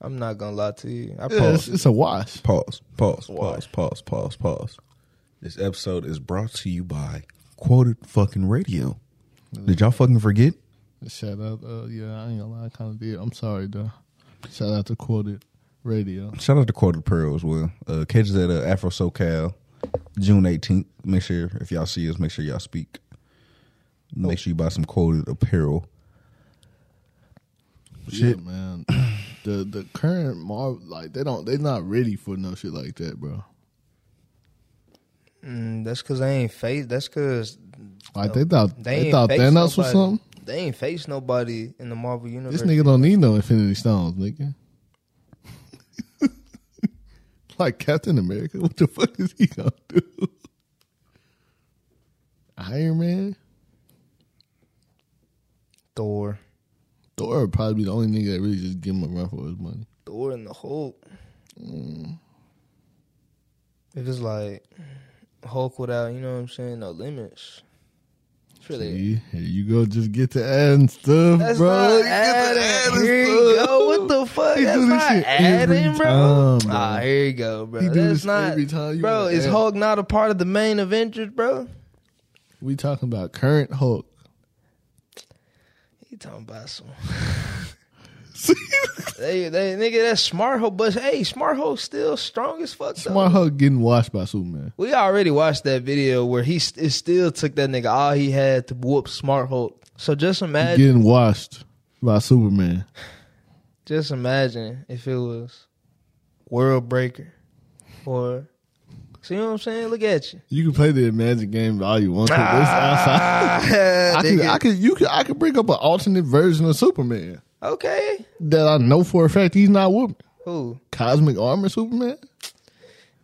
I'm not gonna lie to you. I
Yeah, it's,
probably
it's a wash.
Pause. Pause. Pause. Pause. Pause. Pause. This episode is brought to you by Quoted Fucking Radio.
Mm.
Did y'all fucking forget?
Shout out. Uh, yeah, I ain't gonna lie. I kind of did. I'm sorry, though. Shout out to Quoted Radio.
Shout out to Quoted Pearl as well. Uh, catch us at uh, Afro SoCal June 18th. Make sure if y'all see us, make sure y'all speak.
Oh.
Make sure you buy some quoted apparel.
Yeah, man. The the current Marvel like they don't they not ready for no shit like that, bro.
Mm, that's because they ain't face. That's because
Like they thought
they
they,
ain't
thought
face
Thanos was
nobody.
something.
They ain't face nobody in the Marvel universe.
This nigga don't need no Infinity Stones, nigga. like Captain America, what the fuck is he gonna do? Iron Man,
Thor,
Thor would probably be the only nigga that really just give him a run for his money.
Thor and the Hulk.
Mm.
If it's like Hulk without, you know what I'm saying, no limits. It's really
See, here you go, just get to adding stuff,
that's
bro.
not
You get to
adding.
adding
Here you
stuff.
go. What the fuck?
He
That's
do this
not
shit every
adding, bro.
time, bro.
Ah, here you go, bro.
He do
That's
this
not,
every time you
bro.
wanna
Is
add.
Hulk not a part of the main Avengers, bro?
We talking about current Hulk.
He talking about some. they, they, nigga, that smart hoe, but hey, smart hoe still strong as fuck. though.
Smart Hulk getting washed by Superman.
We already watched that video where he st- it still took that nigga all he had to whoop Smart Hulk. So just
He
imagine,
getting washed by Superman.
just imagine if it was World Breaker or see what I'm saying? Look at you.
You can play the Imagine game all you want to. This
Ah.
outside. Ah, I could, I could, you could, I could bring up an alternate version of Superman
okay.
that I know for a fact he's not with me.
Who?
Cosmic armor Superman.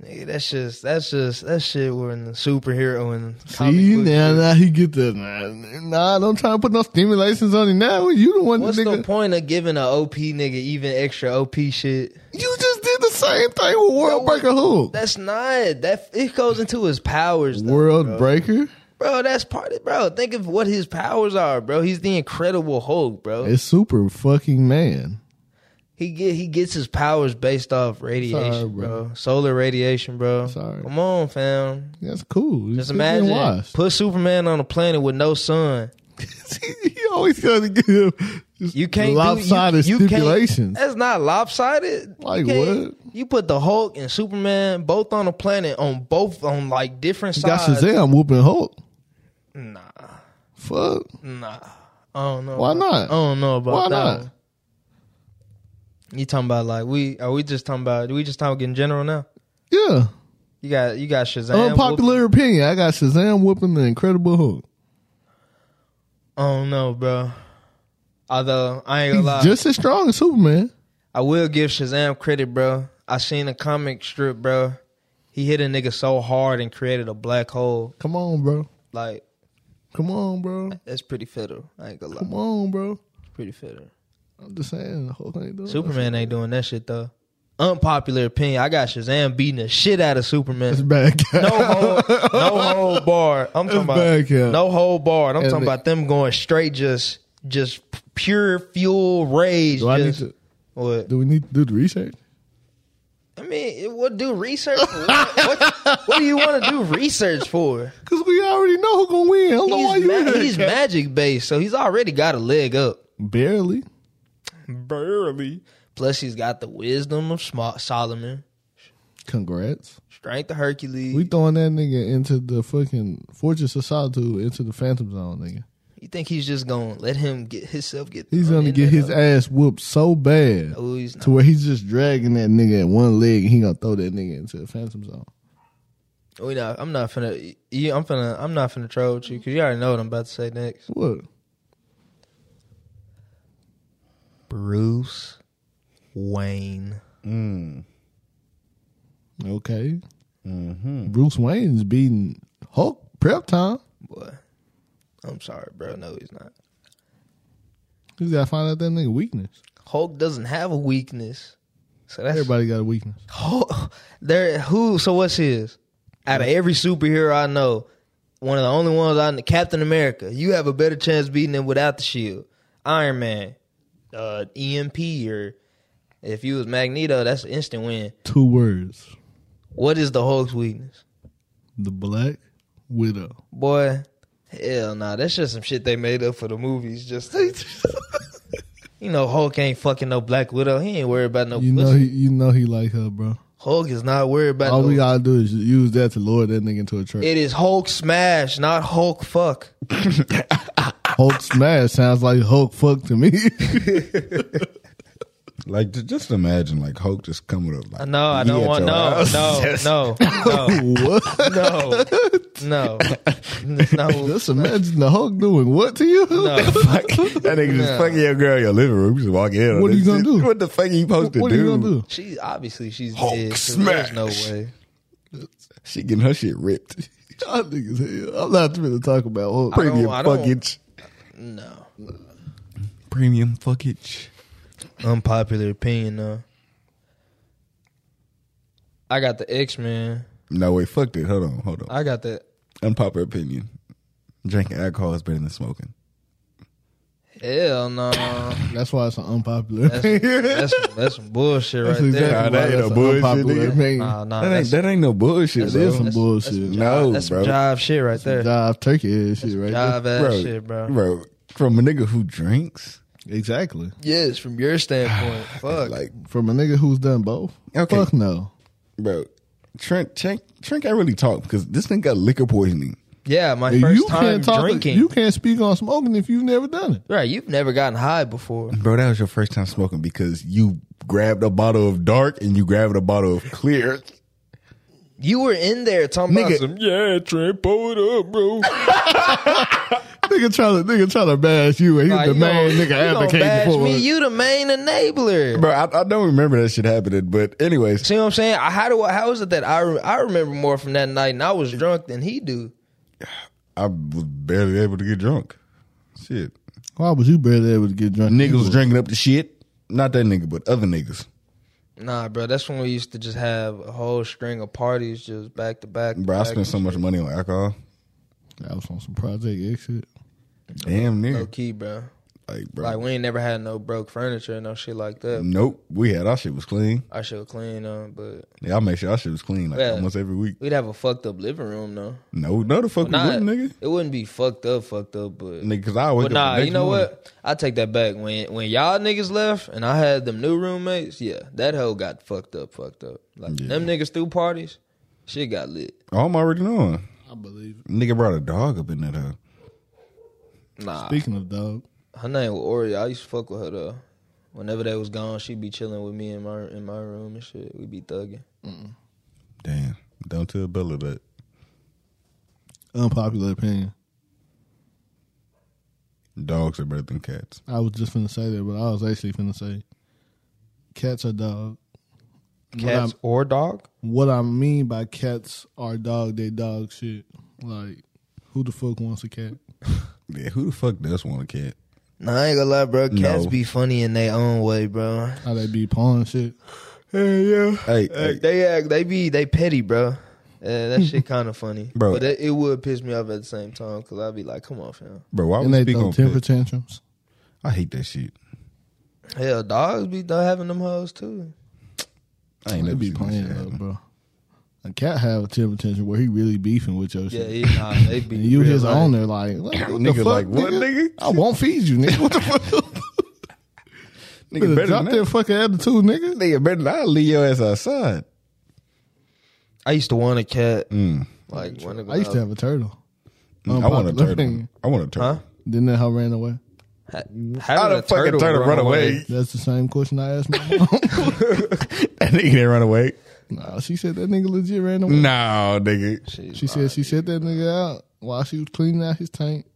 Nigga, that's just that's just that shit we're in the superhero and comic
See
book
now,
shit.
now he get the nah, nah. Don't try to put no stimulations on him now. You the one,
What's
nigga.
the point of giving a OP nigga even extra OP shit?
You just did the same thing with World Breaker Hulk.
That's not that. It goes into his powers, though,
World
bro.
Breaker.
Bro, that's part of bro. Think of what his powers are, bro. He's the Incredible Hulk, bro.
It's super fucking man.
he get he gets his powers based off radiation,
Sorry,
bro.
bro.
Solar radiation, bro.
Sorry.
Come on, fam.
That's cool. You
Just
still getting
imagine
washed.
put Superman on a planet with no sun.
he always gonna give
You can't do-
lopsided
you, you can't-
stipulations.
that's not lopsided. You
Like
can't-
what?
You put the Hulk and Superman both on a planet on both on like different
You got
sides.
Shazam whooping Hulk.
Nah,
Fuck.
nah. I don't know.
Why
about-
not?
I don't know about
Why
that.
not?
one. You talking about like we are we just talking about we just talking in general now?
Yeah.
You got you got Shazam.
Unpopular opinion. I got Shazam whooping the Incredible Hulk.
I don't know, bro. Although I ain't
He's
gonna lie,
just as strong as Superman.
I will give Shazam credit, bro. I seen a comic strip, bro. He hit a nigga so hard and created a black hole.
Come on, bro.
Like
Come on, bro.
that's pretty fiddle. I ain't gonna lie,
Come on, bro.
pretty fiddle.
I'm just saying the Hulk ain't doing
Superman ain't doing that shit though. Unpopular opinion. I got Shazam beating the shit out of
That's
Superman.
bad.
No hold, no hold bar. I'm talking about
back, yeah.
no hold bar. I'm
And
talking
the-
about them going straight, just just pure fuel rage.
Do I need
just-
to-
what?
Do we need to do the research?
I mean, it- what do research? for? what, what, what do you want to do research for?
Cause we already know who's gonna win. I don't know why
He's,
you
ma-
in here.
he's magic based, so he's already got a leg up.
barely.
Barely. Plus, he's got the wisdom of Smo- Solomon,
Congrats.
strength of Hercules.
We throwing that nigga into the fucking Fortress of Solitude, into the Phantom Zone, nigga.
You think he's just gonna let him get himself get?
He's
thrown
gonna
in
get
there,
his
though?
ass whooped so bad
No, he's not.
to where he's just dragging that nigga at one leg and he gonna throw that nigga into the Phantom Zone.
We not. Oh, I'm not finna. You, I'm finna. I'm not finna troll with you because you already know what I'm about to say next.
What?
Bruce Wayne.
Mm.
Okay.
Mm-hmm.
Bruce Wayne's beating Hulk prep time.
Boy, I'm sorry, bro. No, he's not.
He's gotta find out that nigga weakness.
Hulk doesn't have a weakness. So that's
Everybody got a weakness.
Hulk. There, who? So what's his? Out of every superhero I know, one of the only ones I know, Captain America. You have a better chance beating him without the shield. Iron Man, uh, EMP, or if you was Magneto, that's an instant win.
Two words.
What is the Hulk's weakness,
The Black Widow.
boy? Hell nah, that's just some shit they made up for the movies. Just to- you know, Hulk ain't fucking no Black Widow. He ain't worried about no.
You know
pussy.
he you know he like her, bro.
Hulk is not worried about.
All
no,
we gotta do is use that to lure that nigga into a trap.
It is Hulk smash, not Hulk fuck.
Hulk smash sounds like Hulk fuck to me.
Like ju- just imagine like Hulk just coming up like
Uh, No, I
he
don't
at
want
your
no,
house.
no, no, no,
what?
no, no, no,
Just imagine the Hulk doing what to you?
no.
Fuck. that nigga just
No.
fucking your girl in your living room. You Just walk in. on
What
that
are you gonna
shit.
do?
What the fuck are you supposed to
What are
do?
you gonna do?
She obviously she's
Hulk
dead. 'cause There's no
smash.
way.
She getting her shit ripped.
Y'all niggas hell. I'm not gonna talk about Hulk.
don't-
Premium
I don't-
fuckage.
No.
Premium fuckage.
Unpopular opinion though. I got the X Men.
No wait, fuck it. Hold on, hold on.
I got the
Unpopular opinion: drinking alcohol is better than smoking.
hell no.
That's why it's an unpopular.
That's,
opinion.
that's that's some bullshit right
That's exactly
there.
Nah, that
why
ain't
that's
no
an
bullshit,
unpopular
nigga.
opinion.
Nah, nah,
that ain't
Uh, that's,
that ain't no bullshit,
That
bro.
is some
that's-
bullshit.
That's some
No,
jive, that's some
bro.
jive shit right there.
Jive turkey ass shit right there.
Jive ass shit, bro.
Bro, from a nigga who drinks.
Exactly.
Yes, from your standpoint. Fuck.
Like,
From a nigga who's done both.
Okay.
Fuck no.
bro, Trent, Trent, Trent can't really talk because this thing got liquor poisoning.
yeah, my
And
first
you
time
can't talk.
drinking.
You can't speak on smoking if you've never done it.
right, you've never gotten high before.
Bro, that was your first time smoking because you grabbed a bottle of dark and you grabbed a bottle of clear.
You were in there talking about
Nigga.
some yeah, Trent, pull it up, bro.
Nigga try to nigga try to bash you and he's
Like,
the
you
main
gonna-
nigga
you gonna
advocating
bash
for
me.
it.
You the main enabler.
Bro, I, I don't remember that shit happening, but anyways,
See what I'm saying? I, how do I, how is it that I re- I remember more from that night and I was drunk than he do?
I was barely able to get drunk. Shit.
Why was you barely able to get drunk?
Niggas was drinking up the shit. Not that nigga, but other niggas.
Nah, bro, that's when we used to just have a whole string of parties just back to back. to
Bro, I
back.
spent so much money on alcohol.
I was on some Project X shit.
Damn
low
near.
key, bro.
Like, bro.
Like we ain't never had no broke furniture and no shit like
Mm.
that.
Nope, we had our shit was clean.
I should clean on, but
Yeah, I make sure our shit was clean like
Yeah.
almost every week.
we'd have a fucked up living room though.
No, no, the fuck
Nah,
we wouldn't, nigga.
it wouldn't be fucked up, fucked up, but
Nigga, cause I wake
But
up.
nah,
the next
you know
morning.
what? I take that back. When when y'all niggas left and I had them new roommates, yeah, that hoe got fucked up, fucked up. Like
Yeah.
them niggas threw parties, shit got lit.
Oh, I'm already knowing.
I believe it.
Nigga brought a dog up in that hoe.
Nah,
Speaking of dog,
her name was Ori. I used to fuck with her though. Whenever they was gone, she'd be chilling with me in my in my room and shit. We'd be thugging.
Damn. Don't tell Bella that.
Unpopular opinion.
Dogs are better than cats.
I was just finna say that, but I was actually finna say cats are dog.
Cats
I'm-
or dog?
What I mean by cats are dog, they dog shit. Like, who the fuck wants a cat?
Yeah, who the fuck does want a cat?
Nah, I ain't gonna lie, bro. Cats
No.
be funny in their own way, bro.
How they be pawn shit?
Hey, yeah.
Hey, hey.
They act, they be, they petty, bro. Yeah, that shit kind of funny,
Bro.
But that, it would piss me off at the same time because I'd be like, "Come on, fam."
Bro, why
And
would
they
you speak
throw
on
temper
pets?
tantrums.
I hate that shit.
Hell, dogs be done having them hoes too.
I ain't
They
never
be
seen that
playing uh,
shit
though,
happen.
bro. A cat have a temper tantrum where he really beefing with your
Yeah,
shit.
he, nah, they be.
And you
real
his
life.
owner, like what, what the
Nigga
fuck,
like, what, nigga?
I won't feed you, nigga. What the fuck?
Nigga better,
Drop
than
that
that.
fucking attitude, nigga.
nigga better than I'll leave your ass outside.
I used to want a cat.
Mm.
Like when it
I used to have a turtle.
I want a
Unpopular
turtle.
opinion.
I want a turtle.
Huh?
Didn't that hoe ran away?
How
the
did a
fucking
turtle,
turtle
run
run away?
away?
That's the same question I asked my mom.
That nigga didn't run away.
nah, she said that nigga legit ran away.
No, nigga.
She's
She said she set that nigga out while she was cleaning out his tank,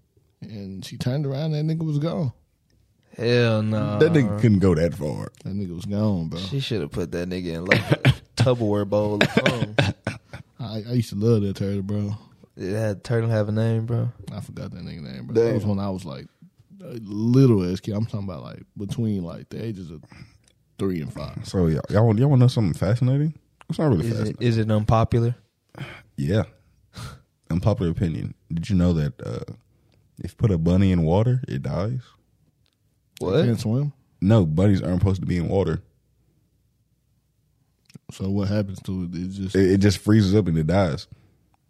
and she turned around. That nigga was gone.
Hell no.
That
Uh-huh.
nigga couldn't go that far.
That nigga was gone, bro.
She should have put that nigga in like a Tupperware bowl of foam.
I, I used to love that turtle, bro.
It had turtle have a name, bro.
I forgot that nigga name, bro. That was when I was like a little as kid. I'm talking about like between like the ages of three and five.
So y'all, y'all want y'all want to know something fascinating? It's not really
Is
fascinating.
it is it unpopular?
Yeah. Unpopular opinion. Did you know that uh, if you put a bunny in water, it dies?
What?
Can't swim.
No, bunnies aren't supposed to be in water.
So what happens to it? It's just
It, it just freezes up and it dies.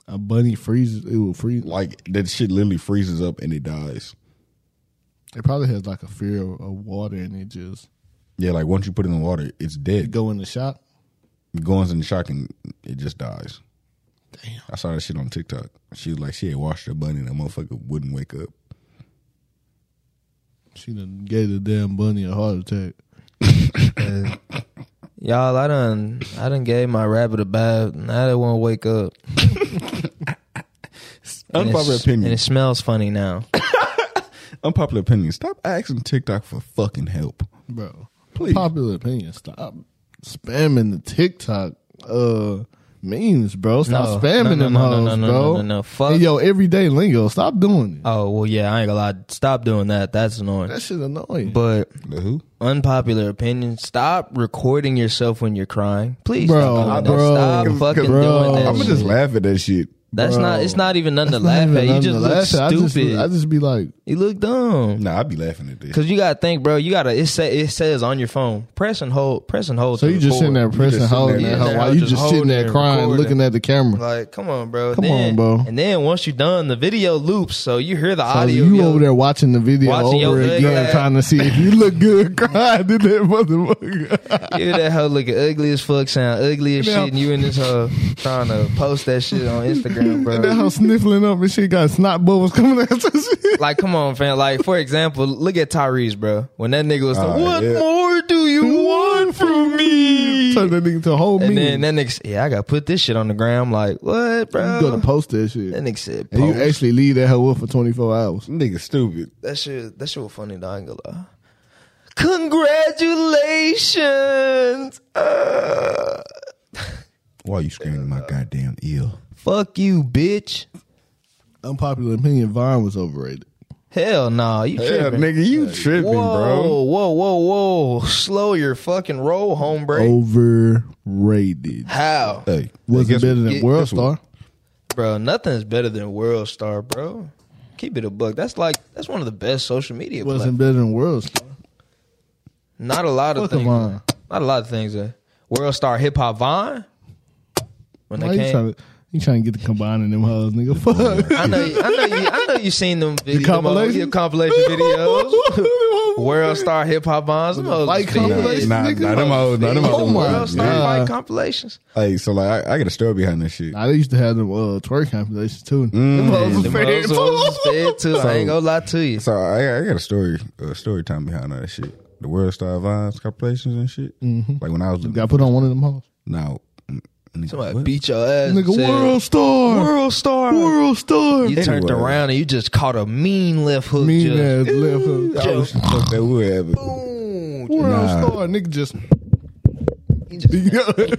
a bunny freezes. It will freeze.
Like that shit literally freezes up and it dies.
It probably has like a fear of, of water, and it just
Yeah, like once you put it in water, it's
it
dead.
go in the shop.
Goings in shock and it just dies. Damn. I saw that shit on TikTok. She was like, she had washed her bunny and the motherfucker wouldn't wake up.
She done gave the damn bunny a heart attack.
Y'all, I done I done gave my rabbit a bath. Now they won't wake up. And
Unpopular
it's-
opinion.
And it smells funny now.
Unpopular opinion. Stop asking TikTok for fucking help.
bro.
Please.
Popular opinion. Stop spamming the TikTok uh memes, bro. Stop
No,
spamming
no, no,
them
no, no,
hoes,
no, no,
bro.
no, no, no. Fuck.
And yo, everyday lingo. Stop doing it.
Oh well, yeah, I ain't gonna lie. Stop doing that. That's annoying.
that shit annoying,
But
The who?
unpopular opinion: Stop recording yourself when you're crying, please.
Bro,
stop doing
bro,
that. stop fucking
bro.
doing that.
I'ma
shit.
just laugh at that shit.
That's
bro.
not. It's not even nothing
That's
to
not
laugh
even
at. You
nothing
just
to
look
laugh at. I
stupid.
just, I just be like,
you look dumb.
Nah, I'd be laughing at this.
Cause you gotta think, bro. You gotta. It say it says on your phone. Press and hold. Press and hold.
so
to
you
the
just sitting
forward.
there pressing
just sitting
holding that
there
hoe
just
while you
holding
just sitting
it
there
and
crying,
recording.
looking at the camera.
Like, come on, bro.
Come
Then-
on, bro.
And then once you done, the video loops, so you hear the
So you
audio. of your-
over there watching the video
Watching your
over
leg
again,
ass.
trying to see if you look good crying in that motherfucker.
You that hoe looking ugly as fuck, sound ugly as
Now-
shit, and you in this hoe trying to post that shit on Instagram,
And that
bro.
hoe sniffling up and shit got snot bubbles coming out. her shit.
Like, come on, fam. Like, for example, look at Tyrese, bro. When that nigga was like,
Ah,
"What
yeah.
more do you want from me?"
Turn that nigga to a whole
And
meme.
then that nigga, said, yeah, I got to put this shit on the gram. Like, what,
you gonna
bro?
post that shit.
That nigga said,
and you
"Post."
actually leave that hoe up for 24 hours.
Nigga stupid.
that shit, that shit was funny. though, I ain't gonna lie. Congratulations. Uh,
Why are you screaming my goddamn ear?
fuck you, bitch.
Unpopular opinion, Vine was overrated.
Hell nah, you
Yeah,
tripping.
nigga, you tripping,
whoa,
bro.
Whoa, whoa, whoa. Slow your fucking roll,
Oh.
hombre.
Overrated.
How?
Hey,
Was it
hey, guess
better
what?
than
Guess
World
what?
Star?
Bro, nothing's better than World Star, bro. Keep it a buck. That's like that's one of the best social media.
It wasn't
platforms.
better than World Star.
Not a lot of
Fuck a
things.
Vine.
Not a lot of things. Uh, World Star Hip Hop Vine. When
Why
they
you
came,
trying to you trying to get the combining them hoes, nigga? Fuck.
I know, you, I know, you, I know you seen them videos,
compilation?
them compilation videos. World Star Hip Hop Vines, them hoes
Fight
is big.
compilation,
Nah,
nigga.
nah, them hoes- nah, them
Oh
hoes-
my
World Star
God.
Fight compilations.
Hey, so like I, I got a story behind this shit. Mm-hmm.
Nah, they used to have them uh, twerk compilations too.
Mm.
Them hoes was
Them
fed,
hoes
too.
was fed too. I ain't gonna lie to you.
So I, I got a story, a story time behind all that shit. the World Star Vines compilations and shit. Like when I was looking,
Mm-hmm. Got put on one of them hoes.
now n- nigga,
Somebody
what?
beat your ass. and
Nigga,
said,
world star.
World star.
World star.
You turned
Anyway.
around and you just caught a mean left hook.
mean
just,
ass left hook.
I wish the fuck that would happen.
Boom.
World
Nah.
star. Nigga just.
He just,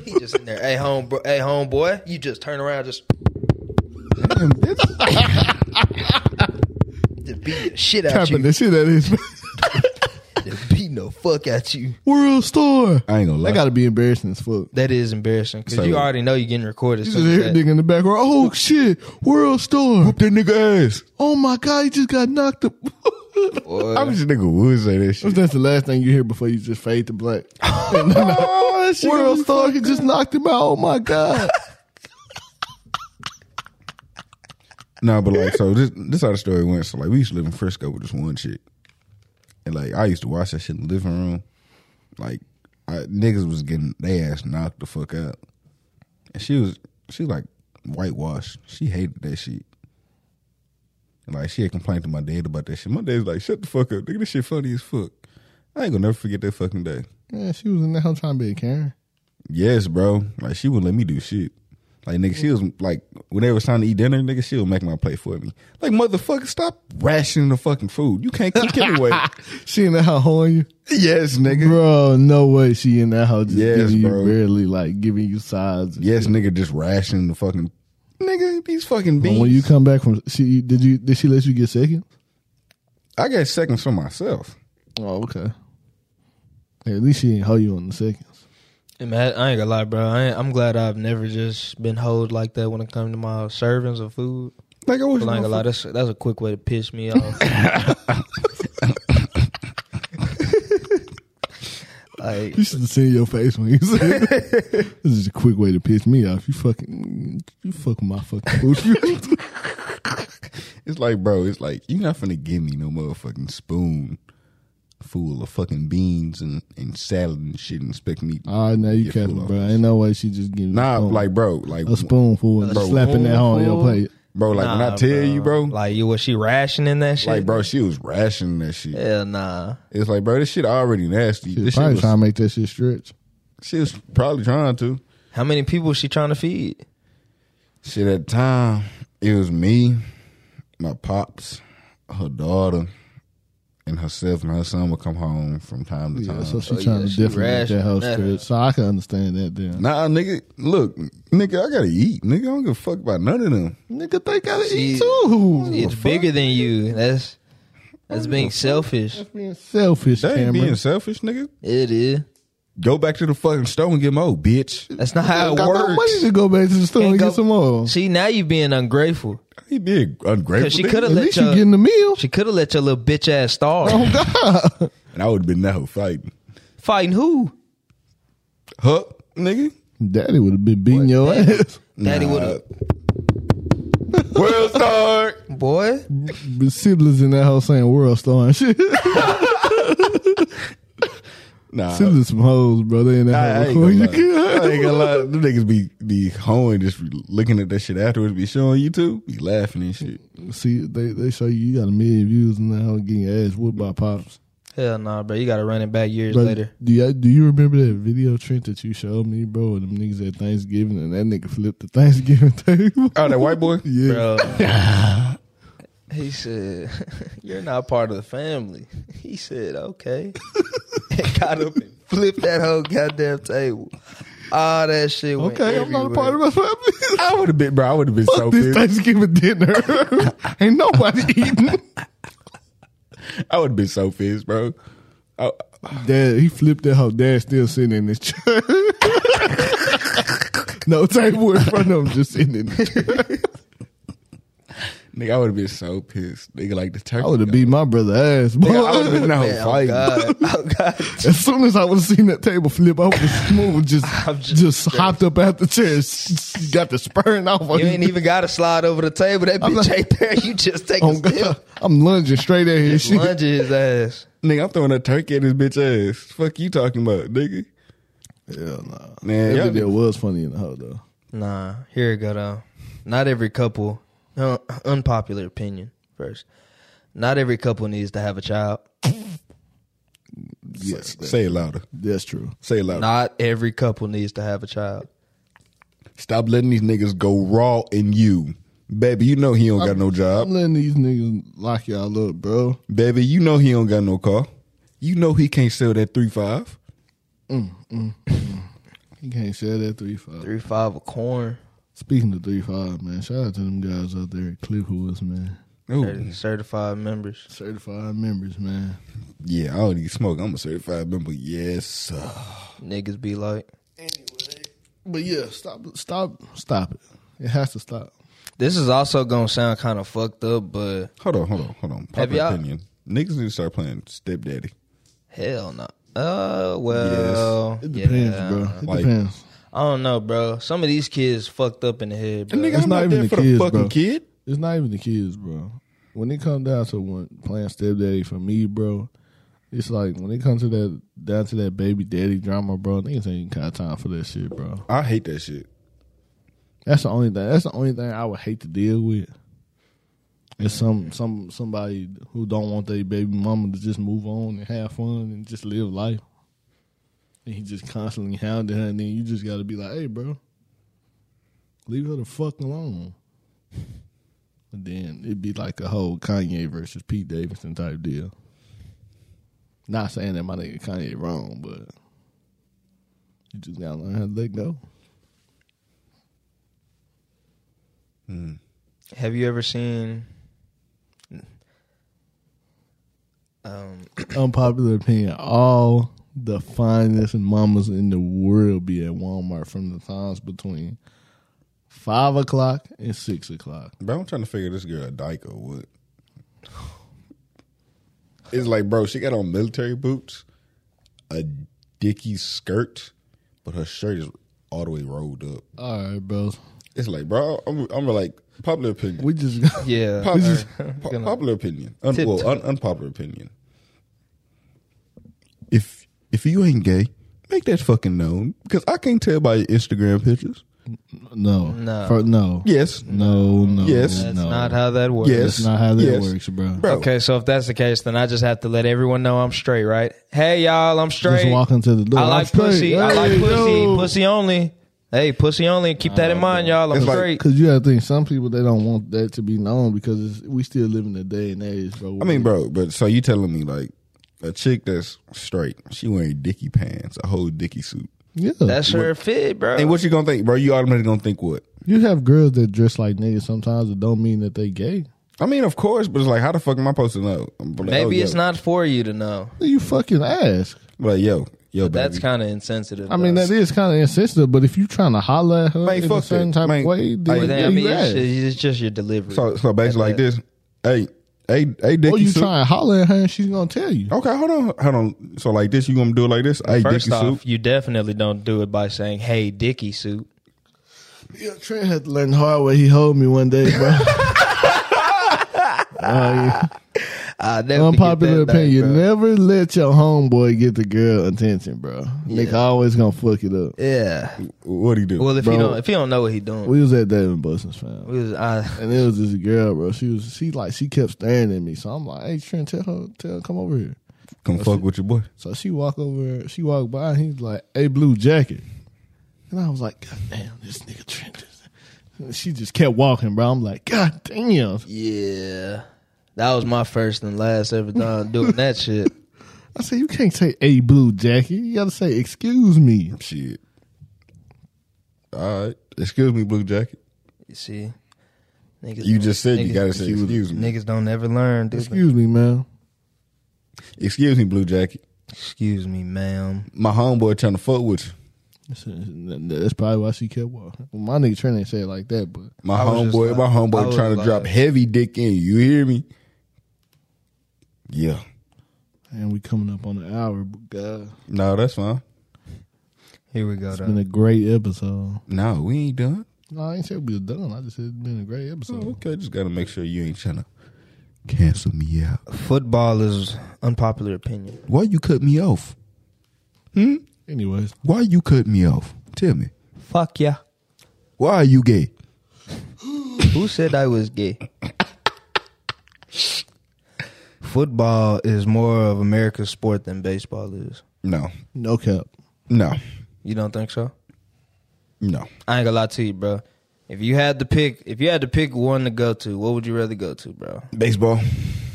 he just in there. Hey, home, bro, hey, homeboy. You just turn around, just,
Damn, that's-
just beat the shit out
Tapping
you.
the shit at his
Just beating the fuck out you.
world star.
I ain't gonna lie.
That gotta be embarrassing as fuck.
That is embarrassing because
So-
you already know you're getting recorded.
You
so
just hear a
that-
nigga in the background. Oh shit, world star.
that nigga ass.
Oh my god, he just got knocked up.
I wish a nigga would say that shit.
That's the last thing you hear before you just fade to black. world star, he just knocked him out. Oh my god.
Nah, but like, so this this how the story went. So like, we used to live in Frisco with this one chick, and like, I used to watch that shit in the living room. Like, I, niggas was getting they ass knocked the fuck out, and she was she like whitewashed. She hated that shit. And like, she had complained to my dad about that shit. My dad's like, "Shut the fuck up, nigga. This shit funny as fuck." I ain't gonna never forget that fucking day.
Yeah, she was in the hell trying to be a Karen.
Yes, bro. Like she wouldn't let me do shit. Like nigga, she was like, whenever it's time to eat dinner, nigga, she would make my plate for me. Like motherfucker, stop rationing the fucking food. You can't cook anyway.
She in that hell hoeing you.
yes, nigga.
Bro, no way she in that house just
Yes,
giving
bro.
you barely like giving you sides. and
Yes, nigga, just rationing the fucking nigga. These fucking
shit.
beans.
When you come back from she did you did she let you get second?
I got seconds for myself.
Oh, okay. Yeah, at least she didn't hold you on the seconds.
Man, I ain't gonna lie, bro. I ain't, I'm glad I've never just been hoed like that when it comes to my servings of food.
Like I was.
But I ain't gonna lie, that's that's a quick way to piss me off. like
You should have seen your face when you said it. This is a quick way to piss me off. You fucking you fucking my fucking food.
It's like, bro, it's like you're not finna give me no motherfucking spoon full of fucking beans and, and salad and shit and expect me.
All right, now you
Get
careful,
full of
bro. Ain't no way she just giving you
Nah,
a spoon.
like bro, like
a spoonful and
Bro.
slapping that hoe on your
Spoonful?
plate.
bro, like when I
nah,
tell you, bro,
like you was she rationing that shit?
Like, bro, she was rationing that shit.
hell nah.
It's like, bro, this shit already nasty.
She
this shit
probably
was,
trying to make that shit stretch.
she was probably trying to.
How many people she trying to feed?
Shit, at the time, it was me, my pops, her daughter, and herself and her son would come home from time to
Yeah,
time.
so she
yeah,
trying to
she
definitely make that
rationing
hoe
that.
stretch. So I can understand that then.
nah, nigga, look, nigga, I gotta eat. Nigga, I don't give a fuck about none of them.
Nigga, they gotta
She-
eat too.
It's bigger than you. That's that's being selfish.
being selfish,
That ain't being
Cameron.
selfish, nigga.
It is.
Go back to the fucking store and get more, bitch.
That's not how it
Got no money
works.
to go back to the store
Can't
and
go-
get some more.
See, now you being ungrateful.
He being ungrateful.
Cause she
nigga.
coulda
At
let
least you
your-
getting a meal.
She could have let your little bitch ass starve.
Oh God!
and I would have been that hoe fighting.
Fighting who?
Huh, nigga?
Daddy would have been beating your ass.
Daddy
Nah.
would have.
World star.
Boy,
The siblings in that house saying world star and shit.
Nah.
siblings some hoes, bro. They in
I, I
that
ain't
house
gonna
recording.
lie. I ain't gonna lie. Them niggas be be hoeing, just be looking at that shit afterwards, be showing you too, be laughing and shit.
See, they they show you you got a million views in that house getting your ass whooped by pops.
hell nah, bro. You gotta run it back years
Bro,
later.
do you do you remember that video Trent that you showed me, bro? Of them niggas at Thanksgiving and that nigga flipped the Thanksgiving table.
Oh, that white boy.
yeah,
Bro. he said, You're not part of the family. He said, Okay. and got up and flipped that whole goddamn table. All that shit went
okay, I'm not a part of
everywhere.
my family.
I would have been, bro. I would have been so
Fuck this
pissed.
Thanksgiving dinner. Ain't nobody eating.
I would have been so pissed, bro. I,
Dad, he flipped that hoe. Dad still sitting in his chair. no table in front of him, just sitting in the chair.
nigga, I would have been so pissed. Nigga, like the turkey.
I would have
dog.
beat my brother ass, boy.
Nigga, I would have been out
Man, oh
fighting.
God. Oh God.
As soon as I would have seen that table flip, I would have smooth just
I'm
just,
just-
hopped up out the chair, s- s- got the spurring off. on
You ain't even gotta slide over the table. That
I'm
bitch
not-
ain't there. You just take a
Oh
step.
God, I'm lunging straight at his shit.
Lunge his ass.
Nigga, I'm throwing a turkey at his bitch ass. Fuck you talking about, nigga.
Hell nah.
Man,
that
y'all
video was funny in the hoe though.
Nah, here it go though. Not every couple. Uh, unpopular opinion first. Not every couple needs to have a child.
Yes, that-
Say it louder.
that's true.
Say it louder.
Not every couple needs to have a child.
Stop letting these niggas go raw in you. Baby, you know he don't got no
I'm
job.
letting these niggas lock y'all up, bro.
Baby, you know he don't got no car. You know he can't sell that three five.
Mm, You can't sell that three five.
Three five of corn.
Speaking of three five, man, shout out to them guys out there at Cliffwoods, man.
Ooh.
Certi- Certified members.
Certified members, man.
Yeah, I don't need smoke. I'm a certified member. Yes, sir.
Niggas be like,
But yeah, stop, stop, stop it. It has to stop.
this is also gonna sound kind of fucked up, but
Hold on, hold on, hold on.
Have
Popular
y'all-
opinion. Niggas need to start playing stepdaddy.
hell no. Uh, well,
It depends,
yeah. uh,
bro. It
like-
depends.
I don't know, bro. Some of these kids fucked up in the head, bro.
Nigga,
It's
I'm
not
not,
even
there
the
for the
kids,
fucking
bro.
kid.
It's not even the kids, bro. When it comes down to one playing stepdaddy for me, bro, it's like when it comes to that down to that baby daddy drama, bro. Niggas ain't got time for that shit, bro.
I hate that shit.
That's the only thing. That's the only thing I would hate to deal with. Is some some somebody who don't want their baby mama to just move on and have fun and just live life. And he just constantly hounding her, and then you just got to be like, "Hey, bro, leave her the fuck alone." And then it'd be like a whole Kanye versus Pete Davidson type deal. Not saying that my nigga Kanye wrong, but you just gotta learn how to let go.
Have you ever seen? Um,
unpopular opinion, all the finest mamas in the world be at Walmart from the times between five o'clock and six o'clock.
Bro, I'm trying to figure this girl a dyke or what. It's like, bro, she got on military boots, a dicky skirt, but her shirt is all the way rolled up.
All right, bro.
It's like, bro, I'm, I'm like popular opinion.
We just got
yeah,
Pop-
I'm
po-
gonna-
popular opinion. Un-
Tip-
well, un- unpopular opinion. If if you ain't gay, make that fucking known because I can't tell by your Instagram pictures.
no,
No.
For- no,
Yes,
no, no.
Yes.
no.
that's not how that works.
Yes.
That's not how that
Yes.
works, bro.
Bro.
Okay, so if that's the case, then I just have to let everyone know I'm straight, right? Hey, y'all, I'm straight.
Just walk into the door.
I
I'm
like
straight.
pussy. I like
Hey,
pussy.
yo.
Pussy only. Hey, pussy only. Keep that in mind, y'all. I'm
It's like-
straight.
Cause you gotta think some people they don't want that to be known because it's, we still live in the day and age, bro.
I mean, bro, but so you telling me like a chick that's straight, she wearing dicky pants, a whole dicky suit,
yeah,
That's her fit, bro.
and what you gonna think, bro? You automatically gonna think what?
you have girls that dress like niggas sometimes. It don't mean that they gay.
I mean, of course, but it's like, how the fuck am I supposed to know? I'm like,
Maybe
oh,
it's
yo.
not for you to know.
You fucking ask.
I'm Like, yo, yo, baby.
That's kind of insensitive.
I mean,
though.
that is kind of insensitive, but if you trying to holler at her
Man,
in a
fuck
certain
that.
type
Man,
of way, then
like,
But then, I
you
mean,
ass.
it's just, it's just your delivery.
so so basically like this. Hey, hey, hey, dicky
or you
suit.
trying to holler at her and she's gonna tell you.
Okay, hold on, hold on. So like this, you gonna do it like this? Hey,
First
dicky
off,
suit.
you definitely don't do it by saying, "Hey, Dicky suit."
Yeah, Trent had to learn the hard way. He hold me one day, bro. Uh,
I
yeah.
definitely get
Unpopular
that back,
opinion:
bro.
Never let your homeboy get the girl attention, bro. Nigga always gonna fuck it up.
Yeah.
What do you do?
Well, if
Bro.
you don't, if you don't know what he doing,
We was at David Busson's fam.
we was, I,
And it was this girl, bro. She was she like she kept staring at me. So I'm like, hey Trent, tell her, tell her, come over here.
Come fuck with your boy.
So she walk over, she walked by, and he's like, "Hey, blue jacket," and I was like, "God damn, this nigga Trent." is-" And she just kept walking, bro. I'm like, "God damn!"
yeah, that was my first and last ever time doing that shit.
I said, "You can't say a blue jacket. You gotta say excuse me."
Shit. All right. Excuse me, blue jacket.
You see, niggas
You
don't-
just said you
niggas-
gotta say excuse me.
Niggas don't ever learn. do they?
Excuse me, man.
Excuse me, blue jacket.
Excuse me, ma'am.
My homeboy trying to fuck with you.
I said, That's probably why she kept walking. Well, my nigga Trent ain't say it like that, but
My
I was just
homeboy,
like-
my
I
homeboy
was
trying to
like-
drop heavy dick in you. You hear me? Yeah.
and we coming up on an hour. But God,
No, that's fine.
Here we go.
it's
though.
been a great episode.
No, we ain't done.
No, I ain't said we was done. I just said it's been a great episode.
Oh, okay, just gotta make sure you ain't trying to cancel me out.
Football is unpopular opinion.
Why you cut me off? Hmm?
Anyways,
Why you cut me off? Tell me.
Fuck yeah.
Why are you gay?
Who said I was gay? football is more of America's sport than baseball is.
No,
No cap.
no,
You don't think so?
no.
I ain't gonna lie to you, bro. If you had to pick, if you had to pick one to go to, what would you rather go to, bro?
Baseball.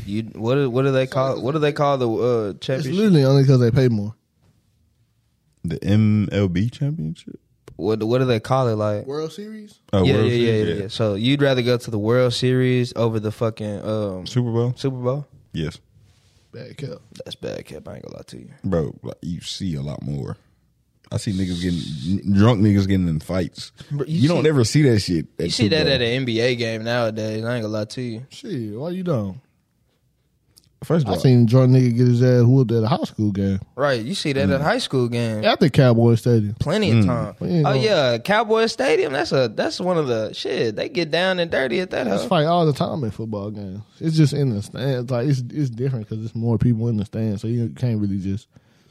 You what? do- What do they call? What do they call the uh,
It's
championship?
literally only because they pay more.
The MLB championship.
What What do they call it? Like
World Series?
Oh,
yeah,
World
yeah, yeah,
Series,
yeah, yeah. So you'd rather go to the World Series over the fucking um,
Super Bowl.
Super Bowl?
Yes,
Bad cap.
That's bad, Cap. I ain't gonna lie to you.
bro. Like, you see a lot more. I see niggas getting n- drunk. Niggas getting in fights.
Bro,
you
you
don't
see-
ever see that shit.
You see
Super
that
Bowl.
at an NBA game nowadays. I ain't gonna lie to you.
Shit, why you don't?
First of
I
all,
seen drunk nigga get his ass whooped at a high school game.
Right? You see that at high school games.
At the Cowboy Stadium.
Plenty of time.
We ain't
Oh
gonna-
yeah, Cowboy Stadium. That's a that's one of the shit. They get down and dirty at that.
It's
Huh?
fight all the time in football games. It's just in the stands. Like it's it's different because it's more people in the stands, so you can't really just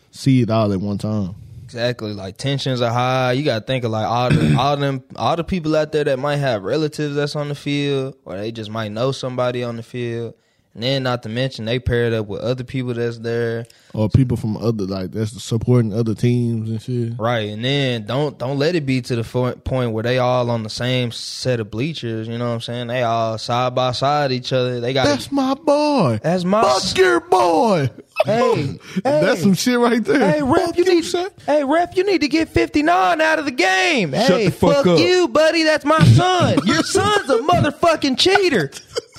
see it all at one time.
Exactly. Like tensions are high. You gotta think of like all the all them all the people out there that might have relatives that's on the field, or they just might know somebody on the field. And then not to mention they paired up with other people that's there.
Or people from other like that's supporting other teams and shit.
Right. And then don't don't let it be to the fo- point where they all on the same set of bleachers, you know what I'm saying? They all side by side each other. They got
That's my boy.
That's my
Fuck your boy.
Hey,
That's some shit right there.
Hey ref, you need Hey ref, you need to get 59 out of the game.
Shut
hey,
the fuck up.
you, buddy. That's my son. Your son's a motherfucking cheater.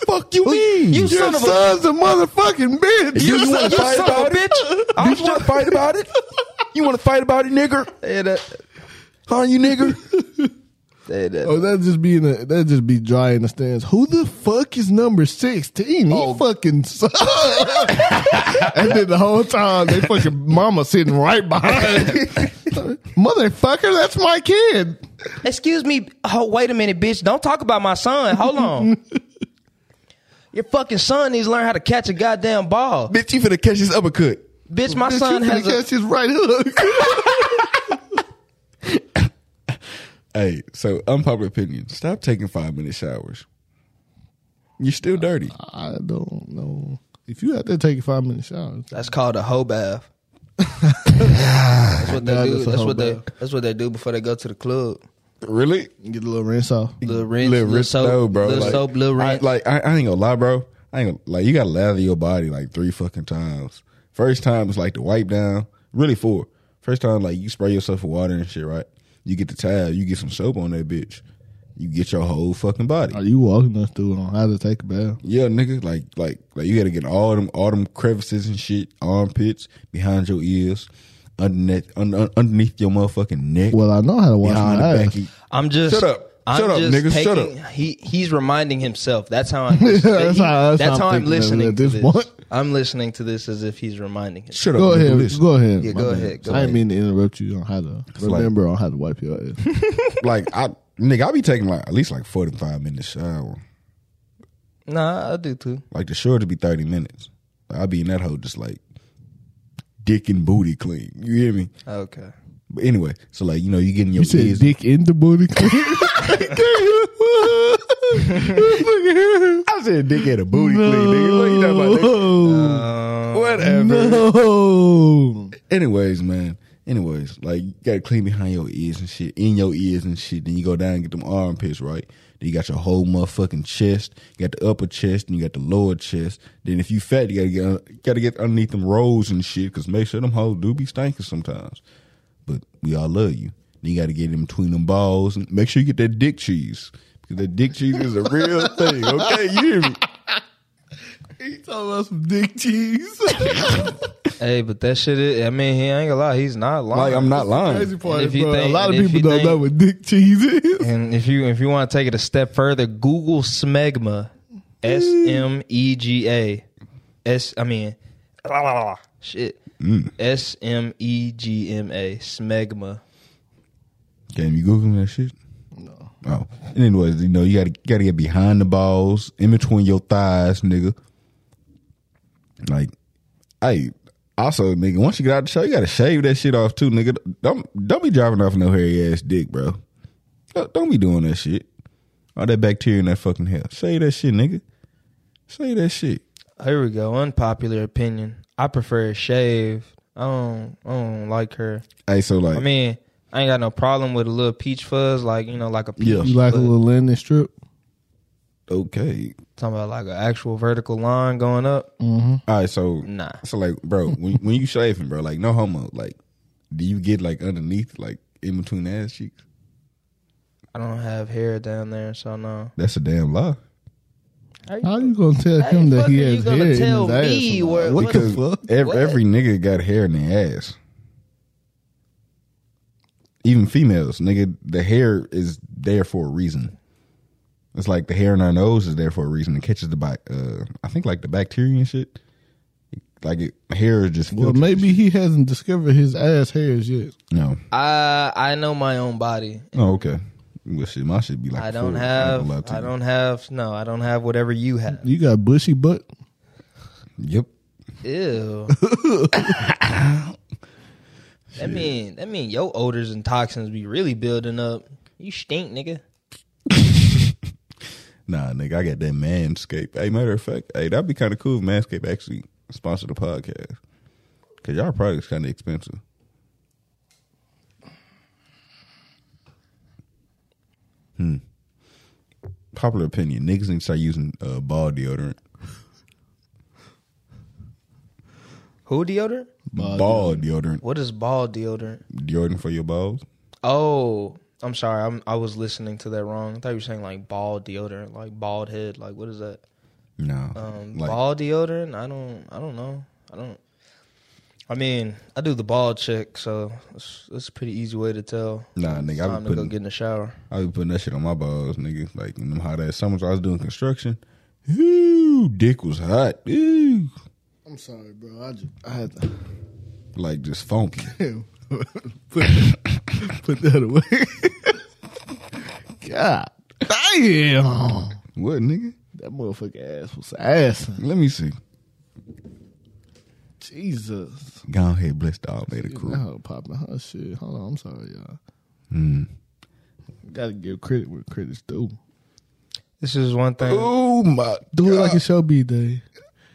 fuck you
mean?
You your
You son of a-
son's a, motherfucking bitch.
You
Your son-
wanna
you
fight
son
about
of a
it?
bitch. I
You want to fight about it? You want to fight about it, nigger?
Hey, that,
Huh, you nigger?
hey, that-
Oh, that just be in a, that just be dry in the stands. Who the fuck is number sixteen? He fucking sucks. and then the whole time they fucking mama sitting right behind. Motherfucker, that's my kid.
Excuse me. Oh, wait a minute, bitch. Don't talk about my son. Hold on. Your fucking son needs to learn how to catch a goddamn ball.
Bitch, you finna catch this uppercut.
Bitch, my
Bitch,
son
you finna
has a,
catch his right hook.
Hey, so unpopular opinion. Stop taking five minute showers. You're still dirty.
I don't know. If you out there taking five minute showers,
That's called a hoe bath. that's what
Nah,
they do.
that's a
That's
hoe
what they.
bath.
That's what they do before they go to the club.
Really?
get a little rinse off.
Little rinse,
Lil
little,
Rich,
soap,
no, bro.
little
like,
soap, little
I-
rinse.
like I, I ain't gonna lie, bro. I ain't gonna, like you gotta lather your body like three fucking times. First time is like the wipe down, really four. First time like you spray yourself with water and shit, right? You get the towel, you get some soap on that bitch, you get your whole fucking body.
Are you walking us through on how to take a bath?
Yeah, nigga, like like like you gotta get all them all them crevices and shit, armpits, behind your ears, underneath un, un- underneath your motherfucking neck,
Well, I know how to wash
behind the
my
back.
ass.
of-
I'm just.
Shut up.
I'm
Shut up,
just
nigga. Shut
taking-
up.
He he's reminding himself. That's how I'm. that's
That's how- that's how I'm thinking
I'm
of it
listening
at
to
this
this.
point.
I'm listening to this as if he's reminding himself.
Shut up.
Go
nigga,
ahead.
listen.
Go ahead.
Yeah,
my
go
bad.
ahead, go
I didn't
ahead.
mean to interrupt you on how to
like-
remember on how to wipe your ass.
like I nigga, I be taking like at least like forty five minutes shower.
Nah, I do too.
Like the short to be thirty minutes. Like, I be in that hole just like dick and booty clean. You hear me?
Okay.
But anyway, so like you know you getting your
You said
kids.
dick in the booty. clean.
I said dick and a booty
no.
clean. Nigga, what you talking about?
Um,
Nigga? Whatever.
No.
Anyways, man. Anyways, like you gotta clean behind your ears and shit, in your ears and shit. Then you go down and get them armpits right. Then you got your whole motherfucking chest. You got the upper chest and you got the lower chest. Then if you fat, you gotta get uh, you gotta get underneath them rolls and shit. Cause make sure them hoes do be stinking sometimes. But we all love you. Then you gotta get in between them balls and make sure you get that dick cheese. Because that dick cheese is a real thing. Okay, you hear me?
He talking about some dick cheese.
hey, but that shit. Is, I mean, he ain't gonna lie. He's not lying.
Like I'm not lying.
Crazy part
And
is,
if you
bro, a
think-
lot of
and if
people
you
don't
think-
know what dick cheese is.
And if you if you want to take it a step further, Google smegma, S M E G A, S. I mean, shit, S M E G M A, smegma.
Damn, you googling that shit? No. Oh, and anyways, you know you gotta you gotta get behind the balls, in between your thighs, nigga. Like, hey, also, nigga, once you get out the show, you gotta shave that shit off too, nigga. Don't don't be driving off no hairy ass dick, bro. Don't, don't be doing that shit. All that bacteria in that fucking hair. Shave that shit, nigga. Shave that shit.
Here we go. Unpopular opinion. I prefer it shaved. I don't, I don't like her.
Hey, so like,
I mean, I ain't got no problem with a little peach fuzz, like you know, like a peach.
Yeah.
You like a
but
little landing strip?
okay,
talking about like an actual vertical line going up.
all right, so
Nah,
so like, bro, when when you shaving, bro, like, no homo, like, do you get like underneath, like in between the ass cheeks?
I don't have hair down there, so no.
That's a damn lie.
How you gonna tell him that he has hair in his ass?
where,
What the
Because
fuck?
ev- every nigga got hair in their ass. Even females, nigga, the hair is there for a reason. It's like the hair in our nose is there for a reason. It catches the bac- uh I think like the bacteria and shit. Like it, hair is just
Well,
filters.
maybe he hasn't discovered his ass hairs yet.
no.
I I know my own body.
Oh, okay. Well, shit, my shit be like
I don't
full. ain't
have.
gonna lie to
I
you.
don't have. No, I don't have whatever you have.
You got bushy butt.
Yep.
Ew. that mean that mean your odors and toxins be really building up. You stink, nigga.
Nah, nigga, I got that Manscaped. Hey, matter of fact, hey, that'd be kind of cool if Manscaped actually sponsored the podcast. Cause y'all products kind of expensive. Hmm. Popular opinion: Niggas need to start using uh, ball deodorant.
Who deodorant?
Ball, deodorant.
What is ball deodorant?
Deodorant for your balls.
Oh, I'm sorry. I'm, I was listening to that wrong. I thought you were saying like ball deodorant, like bald head. Like what is that?
No.
Um,
like,
ball deodorant. I don't. I don't know. I don't. I mean, I do the ball check, so it's, it's a pretty easy way to tell.
Nah,
It's
nigga, I
time
be
to go
putting-
get in the shower.
I be putting that shit on my balls, nigga. Like in them hot ass summers, I was doing construction. Ooh, dick was hot. Ooh,
I'm sorry, bro. I just I had to
like just funky.
put, that- put that away. God damn,
What, nigga?
that motherfucker ass was ass.
Let me see.
Jesus,
Go ahead, bless the Almighty crew.
now popping her shit. Hold on, I'm sorry, y'all.
Mm.
Gotta give credit where credit's due.
This is one thing.
Oh my,
Do it like it show be day.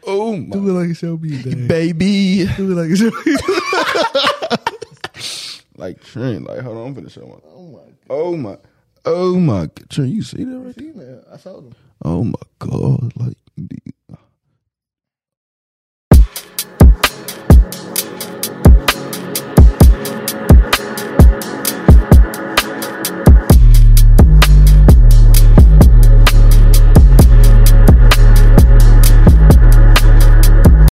oh my,
Do it like it show be day.
baby.
Do it like it show be day.
Like Trent, like hold on, I'm finna show one. Oh my, oh my, Trent, you see that right there?
I told him.
Oh my God, like